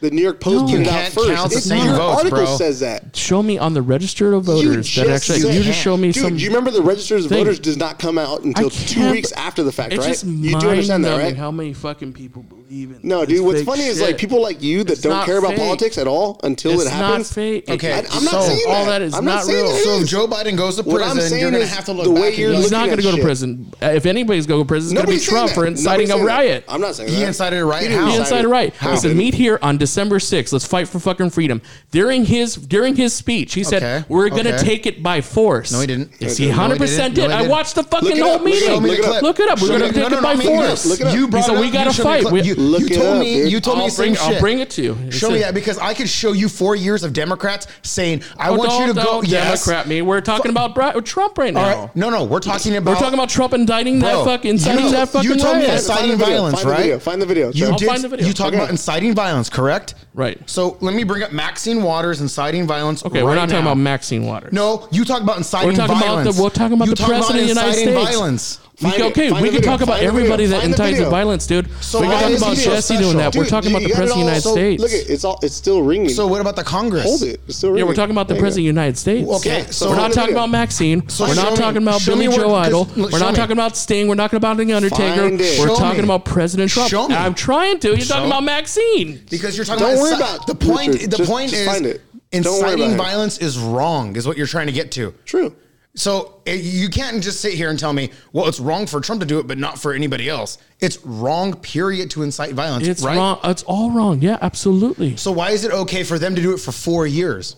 Speaker 1: the New York Post
Speaker 3: You
Speaker 1: put it out
Speaker 2: can't
Speaker 1: first.
Speaker 2: count the
Speaker 1: It's-
Speaker 2: same
Speaker 1: your
Speaker 2: votes,
Speaker 1: article
Speaker 2: bro.
Speaker 1: says that.
Speaker 3: show me on the Register of Voters that actually
Speaker 1: said-
Speaker 3: you just show me
Speaker 1: Dude,
Speaker 3: some.
Speaker 1: Do you remember the registers of
Speaker 3: thing.
Speaker 1: voters does not come out until
Speaker 3: I
Speaker 1: two
Speaker 3: can't-
Speaker 1: weeks after the fact,
Speaker 3: it's
Speaker 1: right?
Speaker 3: just
Speaker 1: you do understand that,
Speaker 3: mind-numbing
Speaker 1: right?
Speaker 3: How many fucking people believe in?
Speaker 1: No,
Speaker 3: this
Speaker 1: dude. What's
Speaker 3: fake
Speaker 1: funny is like
Speaker 3: shit.
Speaker 1: people like you that
Speaker 3: It's
Speaker 1: don't
Speaker 3: not
Speaker 1: care about
Speaker 3: fake.
Speaker 1: politics at all until
Speaker 3: It's
Speaker 1: it
Speaker 3: not
Speaker 1: happens.
Speaker 3: fake.
Speaker 2: Okay,
Speaker 1: I,
Speaker 3: It-
Speaker 1: am
Speaker 2: so-
Speaker 1: not saying
Speaker 3: all
Speaker 1: that.
Speaker 3: that is
Speaker 1: I'm
Speaker 3: not
Speaker 1: not saying
Speaker 3: real.
Speaker 1: it
Speaker 2: So if
Speaker 1: is.
Speaker 2: Joe Biden goes to
Speaker 1: What I'm
Speaker 2: prison,
Speaker 1: saying
Speaker 2: you're gonna
Speaker 1: is
Speaker 2: have to look
Speaker 1: the way
Speaker 2: back.
Speaker 1: you're
Speaker 2: and
Speaker 3: He's
Speaker 2: go,
Speaker 1: looking
Speaker 3: not going
Speaker 1: at
Speaker 3: to go to
Speaker 1: shit.
Speaker 3: prison. Uh, If anybody's going to prison, it's going to be
Speaker 1: Nobody's saying
Speaker 3: Trump
Speaker 1: that.
Speaker 3: for inciting
Speaker 1: Nobody's
Speaker 3: a
Speaker 1: saying that.
Speaker 3: riot.
Speaker 1: I'm not saying
Speaker 2: He
Speaker 1: that.
Speaker 2: incited a riot.
Speaker 1: He didn't
Speaker 2: How?
Speaker 3: He
Speaker 1: incite
Speaker 3: inside
Speaker 1: it.
Speaker 3: right.
Speaker 1: How?
Speaker 3: He said,
Speaker 1: Didn't.
Speaker 3: "Meet here on December 6th. Let's fight for fucking freedom." During his during his speech, he said,
Speaker 2: Okay.
Speaker 3: "We're gonna
Speaker 2: Okay.
Speaker 3: take it by force."
Speaker 2: No, he didn't.
Speaker 3: Yes,
Speaker 2: No,
Speaker 3: he
Speaker 2: he didn't.
Speaker 3: 100 percent
Speaker 2: No, he
Speaker 3: did. I
Speaker 2: didn't.
Speaker 3: watched the fucking
Speaker 1: Look it
Speaker 3: whole
Speaker 1: up. Look it
Speaker 3: meeting.
Speaker 1: up.
Speaker 2: Show me the clip.
Speaker 3: Look it up. We're
Speaker 2: Show me
Speaker 3: gonna
Speaker 2: the- no,
Speaker 3: take
Speaker 2: no, no,
Speaker 3: it by
Speaker 2: I mean, you-
Speaker 3: force.
Speaker 1: Look it up.
Speaker 2: You brought
Speaker 3: So
Speaker 2: it
Speaker 3: we
Speaker 2: up,
Speaker 3: gotta
Speaker 2: you showed me the
Speaker 3: fight.
Speaker 2: clip.
Speaker 3: We-
Speaker 2: You,
Speaker 1: Look
Speaker 2: you
Speaker 1: it
Speaker 2: told
Speaker 1: up,
Speaker 2: me.
Speaker 1: dude.
Speaker 2: You told
Speaker 3: I'll
Speaker 2: me the same
Speaker 3: bring- I'll
Speaker 2: shit.
Speaker 3: bring it to you. He
Speaker 2: Show me
Speaker 3: said-
Speaker 2: that because I could show you four years of Democrats saying, "I
Speaker 3: Oh,
Speaker 2: want you to
Speaker 3: don't-
Speaker 2: go."
Speaker 3: don't
Speaker 2: Yes.
Speaker 3: Democrat me. We're talking about Bra- Trump right
Speaker 2: All
Speaker 3: now.
Speaker 2: right. No, no. We're talking about.
Speaker 3: We're talking about Trump indicting
Speaker 2: Bro,
Speaker 3: that fucking
Speaker 2: you
Speaker 3: inciting
Speaker 2: know-
Speaker 3: that fucking
Speaker 2: you told me
Speaker 3: riot.
Speaker 2: this- Inciting
Speaker 1: Find the video.
Speaker 2: violence,
Speaker 1: Find the
Speaker 2: right?
Speaker 1: video. Find the video.
Speaker 2: You
Speaker 1: Trevor.
Speaker 3: I'll
Speaker 2: did.
Speaker 3: find the video.
Speaker 2: You talk
Speaker 1: Okay.
Speaker 2: about inciting violence, correct?
Speaker 3: Right.
Speaker 2: So let me bring up Maxine Waters inciting violence.
Speaker 3: Okay,
Speaker 2: right
Speaker 3: we're not talking
Speaker 2: now.
Speaker 3: about Maxine Waters.
Speaker 2: No, you talk about inciting
Speaker 3: We're talking about
Speaker 2: violence.
Speaker 3: the- we're talking about
Speaker 2: You
Speaker 3: the president of the United
Speaker 2: inciting
Speaker 3: States.
Speaker 2: Violence.
Speaker 3: We,
Speaker 1: Find it.
Speaker 3: okay,
Speaker 1: Find
Speaker 3: we
Speaker 1: the
Speaker 3: can
Speaker 1: video.
Speaker 3: talk about
Speaker 1: Find the
Speaker 3: everybody
Speaker 1: video.
Speaker 3: that
Speaker 1: Find the
Speaker 3: incites
Speaker 1: video.
Speaker 3: violence, dude.
Speaker 2: So
Speaker 3: we can
Speaker 2: why
Speaker 3: talk
Speaker 2: is
Speaker 3: about
Speaker 2: he so
Speaker 3: Jesse doing
Speaker 2: special?
Speaker 3: that. we're
Speaker 1: Dude,
Speaker 3: talking
Speaker 1: you
Speaker 3: about the
Speaker 1: got it
Speaker 3: president of the
Speaker 1: all.
Speaker 3: United
Speaker 1: So,
Speaker 3: States.
Speaker 1: Look, it- it's all. It's still ringing.
Speaker 2: So what about the Congress?
Speaker 1: hold it. It's still ringing.
Speaker 3: yeah, we're talking about the
Speaker 1: There you go.
Speaker 3: president of the United States.
Speaker 2: Okay, so-
Speaker 3: we're not
Speaker 1: Find the
Speaker 3: talking
Speaker 1: video.
Speaker 3: about Maxine.
Speaker 2: So
Speaker 3: we're not
Speaker 2: show me-
Speaker 3: talking about
Speaker 2: show me
Speaker 3: Billy
Speaker 2: where-
Speaker 3: Joe Idol.
Speaker 2: 'cause- look,
Speaker 3: We're
Speaker 2: show
Speaker 3: not
Speaker 2: me.
Speaker 3: talking about Sting. We're not talking about The Undertaker.
Speaker 1: Find it.
Speaker 3: We're
Speaker 2: Show
Speaker 3: talking
Speaker 2: me.
Speaker 3: about President Trump.
Speaker 2: Show me.
Speaker 3: I'm trying to. You're talking about Maxine.
Speaker 2: Because you're talking
Speaker 1: Don't
Speaker 2: about
Speaker 1: worry
Speaker 2: inci-
Speaker 1: about
Speaker 2: the
Speaker 1: it,
Speaker 2: point.
Speaker 1: Richard.
Speaker 2: The
Speaker 1: Just-
Speaker 2: point
Speaker 1: just
Speaker 2: is
Speaker 1: find it. Don't worry about
Speaker 2: inciting
Speaker 1: it.
Speaker 2: violence is wrong, is what you're trying to get to.
Speaker 1: True.
Speaker 2: So it, you can't just sit here and tell me, well, it's wrong for Trump to do it, but not for anybody else. It's wrong, period, to incite violence.
Speaker 3: It's
Speaker 2: right?
Speaker 3: wrong. It's all wrong. Yeah, absolutely.
Speaker 2: So why is it okay for them to do it for four years?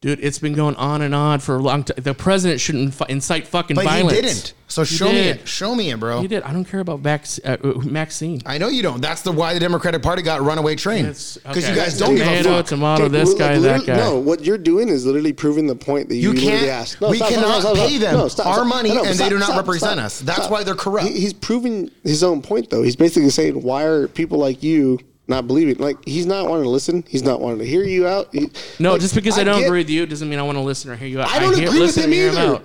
Speaker 3: Dude, it's been going on and on for a long time. The president shouldn't fu- incite fucking
Speaker 2: But
Speaker 3: violence.
Speaker 2: he didn't. So
Speaker 3: He
Speaker 2: show me
Speaker 3: did.
Speaker 2: it. Show me it, bro.
Speaker 3: He did. I don't care about Max, uh, uh, Maxine.
Speaker 2: I know you don't. That's the why the Democratic Party got a runaway train. Because
Speaker 3: It's- okay.
Speaker 2: you guys don't give a
Speaker 3: Tomato,
Speaker 2: fuck.
Speaker 3: tomato,
Speaker 1: Dude,
Speaker 3: this
Speaker 1: like,
Speaker 3: guy, that
Speaker 1: literally-
Speaker 3: guy.
Speaker 1: No, what you're doing is literally proving the point that you,
Speaker 2: You
Speaker 1: literally
Speaker 2: can't-
Speaker 1: asked. No,
Speaker 2: we cannot pay them our money
Speaker 1: I know, but
Speaker 2: and they do not represent us. That's why they're corrupt.
Speaker 1: He- he's proving his own point, though. He's basically saying, why are people like you not believing? Like, he's not wanting to listen. He's not wanting to hear you out. He-
Speaker 3: No,
Speaker 1: like,
Speaker 3: just because I, don't
Speaker 1: get-
Speaker 3: agree with you doesn't mean I want to listen or hear you out.
Speaker 1: I don't
Speaker 3: hear-
Speaker 1: agree with
Speaker 3: listen
Speaker 1: him
Speaker 3: to hear
Speaker 1: either.
Speaker 3: out.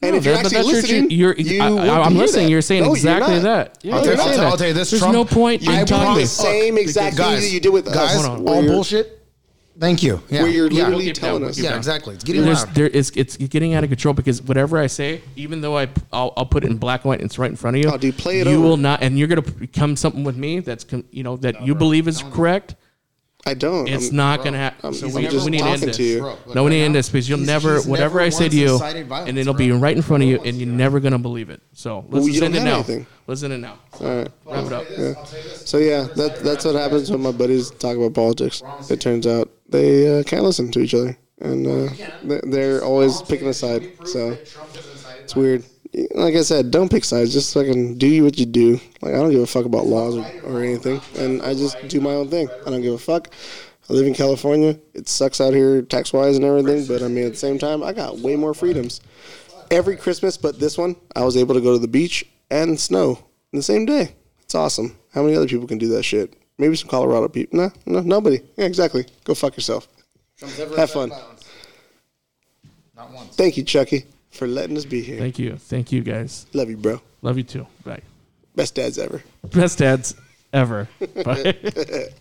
Speaker 1: And
Speaker 3: No,
Speaker 1: if you're
Speaker 3: that- but
Speaker 1: actually
Speaker 3: that's your-
Speaker 1: listening,
Speaker 3: you're-
Speaker 1: you
Speaker 3: I- I-
Speaker 1: want to
Speaker 3: I'm
Speaker 1: hear
Speaker 3: listening.
Speaker 1: that.
Speaker 3: You're saying
Speaker 1: No,
Speaker 3: exactly
Speaker 1: not.
Speaker 3: that. Yeah,
Speaker 1: No,
Speaker 2: I'll,
Speaker 1: you're
Speaker 2: tell, I'll
Speaker 1: not.
Speaker 2: tell- I'll tell you this.
Speaker 3: There's
Speaker 2: Trump,
Speaker 3: no point
Speaker 2: You
Speaker 3: in
Speaker 2: brought
Speaker 3: talking
Speaker 1: the
Speaker 2: this up.
Speaker 1: same exact thing
Speaker 2: Guys,
Speaker 1: that you did with us.
Speaker 2: Guys,
Speaker 3: Hold on.
Speaker 1: Where
Speaker 2: all
Speaker 1: you're-
Speaker 2: bullshit. Thank you. Yeah.
Speaker 1: Where you're
Speaker 2: yeah.
Speaker 1: literally
Speaker 3: We'll get
Speaker 1: telling
Speaker 3: down,
Speaker 1: us.
Speaker 3: we'll get
Speaker 1: Yeah,
Speaker 2: yeah,
Speaker 3: down.
Speaker 2: exactly. It's getting
Speaker 3: There's,
Speaker 2: loud.
Speaker 3: there, it's, it's getting out of control because whatever I say, even though I I'll, I'll put it in black and white, and it's right in front of you.
Speaker 1: Oh, dude, play it
Speaker 3: You
Speaker 1: over.
Speaker 3: will not, and you're gonna p- come something with me that's com, you know that you believe is correct.
Speaker 1: I don't.
Speaker 3: It's
Speaker 1: I'm-
Speaker 3: not gonna happen.
Speaker 1: I'm-
Speaker 3: So
Speaker 1: I'm
Speaker 3: we,
Speaker 1: just
Speaker 3: we need to end
Speaker 1: talking
Speaker 3: this.
Speaker 1: to you.
Speaker 4: Bro, look,
Speaker 3: no, we need
Speaker 4: right
Speaker 3: to end
Speaker 4: now,
Speaker 3: this because you'll
Speaker 2: he's-
Speaker 3: never
Speaker 2: he's
Speaker 3: whatever
Speaker 2: never
Speaker 3: I say
Speaker 2: once
Speaker 3: to you,
Speaker 2: incited violence,
Speaker 3: and it'll
Speaker 2: bro.
Speaker 3: be right in front of you,
Speaker 4: Never
Speaker 3: and
Speaker 4: once,
Speaker 3: you're
Speaker 4: yeah.
Speaker 3: never gonna believe it. So let's
Speaker 1: you
Speaker 3: just
Speaker 1: don't
Speaker 3: end it
Speaker 1: have
Speaker 3: now.
Speaker 1: anything.
Speaker 3: Listen it now.
Speaker 1: All right.
Speaker 3: Wrap it up.
Speaker 1: So yeah, that that's what happens when my buddies talk about politics. It turns out they uh, can't listen to each other, and uh, they- they're always picking a side. So it's weird. Like I said, don't pick sides. Just fucking do what you do. Like I don't give a fuck about laws or, or anything, and I just do my own thing. I don't give a fuck. I live in California. It sucks out here tax wise and everything, but I mean at the same time, I got way more freedoms. Every Christmas, but this one, I was able to go to the beach and snow in the same day. It's awesome. How many other people can do that shit? Maybe some Colorado people. No, no, nobody. Yeah, exactly. Go fuck yourself.
Speaker 4: Trump's never
Speaker 1: Have
Speaker 4: incited
Speaker 1: fun.
Speaker 4: violence. Not once.
Speaker 1: Thank you, Chucky, for letting us be here.
Speaker 3: Thank you. Thank you guys.
Speaker 1: Love you, bro.
Speaker 3: Love you too. Bye.
Speaker 1: Best dads ever.
Speaker 3: Best dads ever. Bye.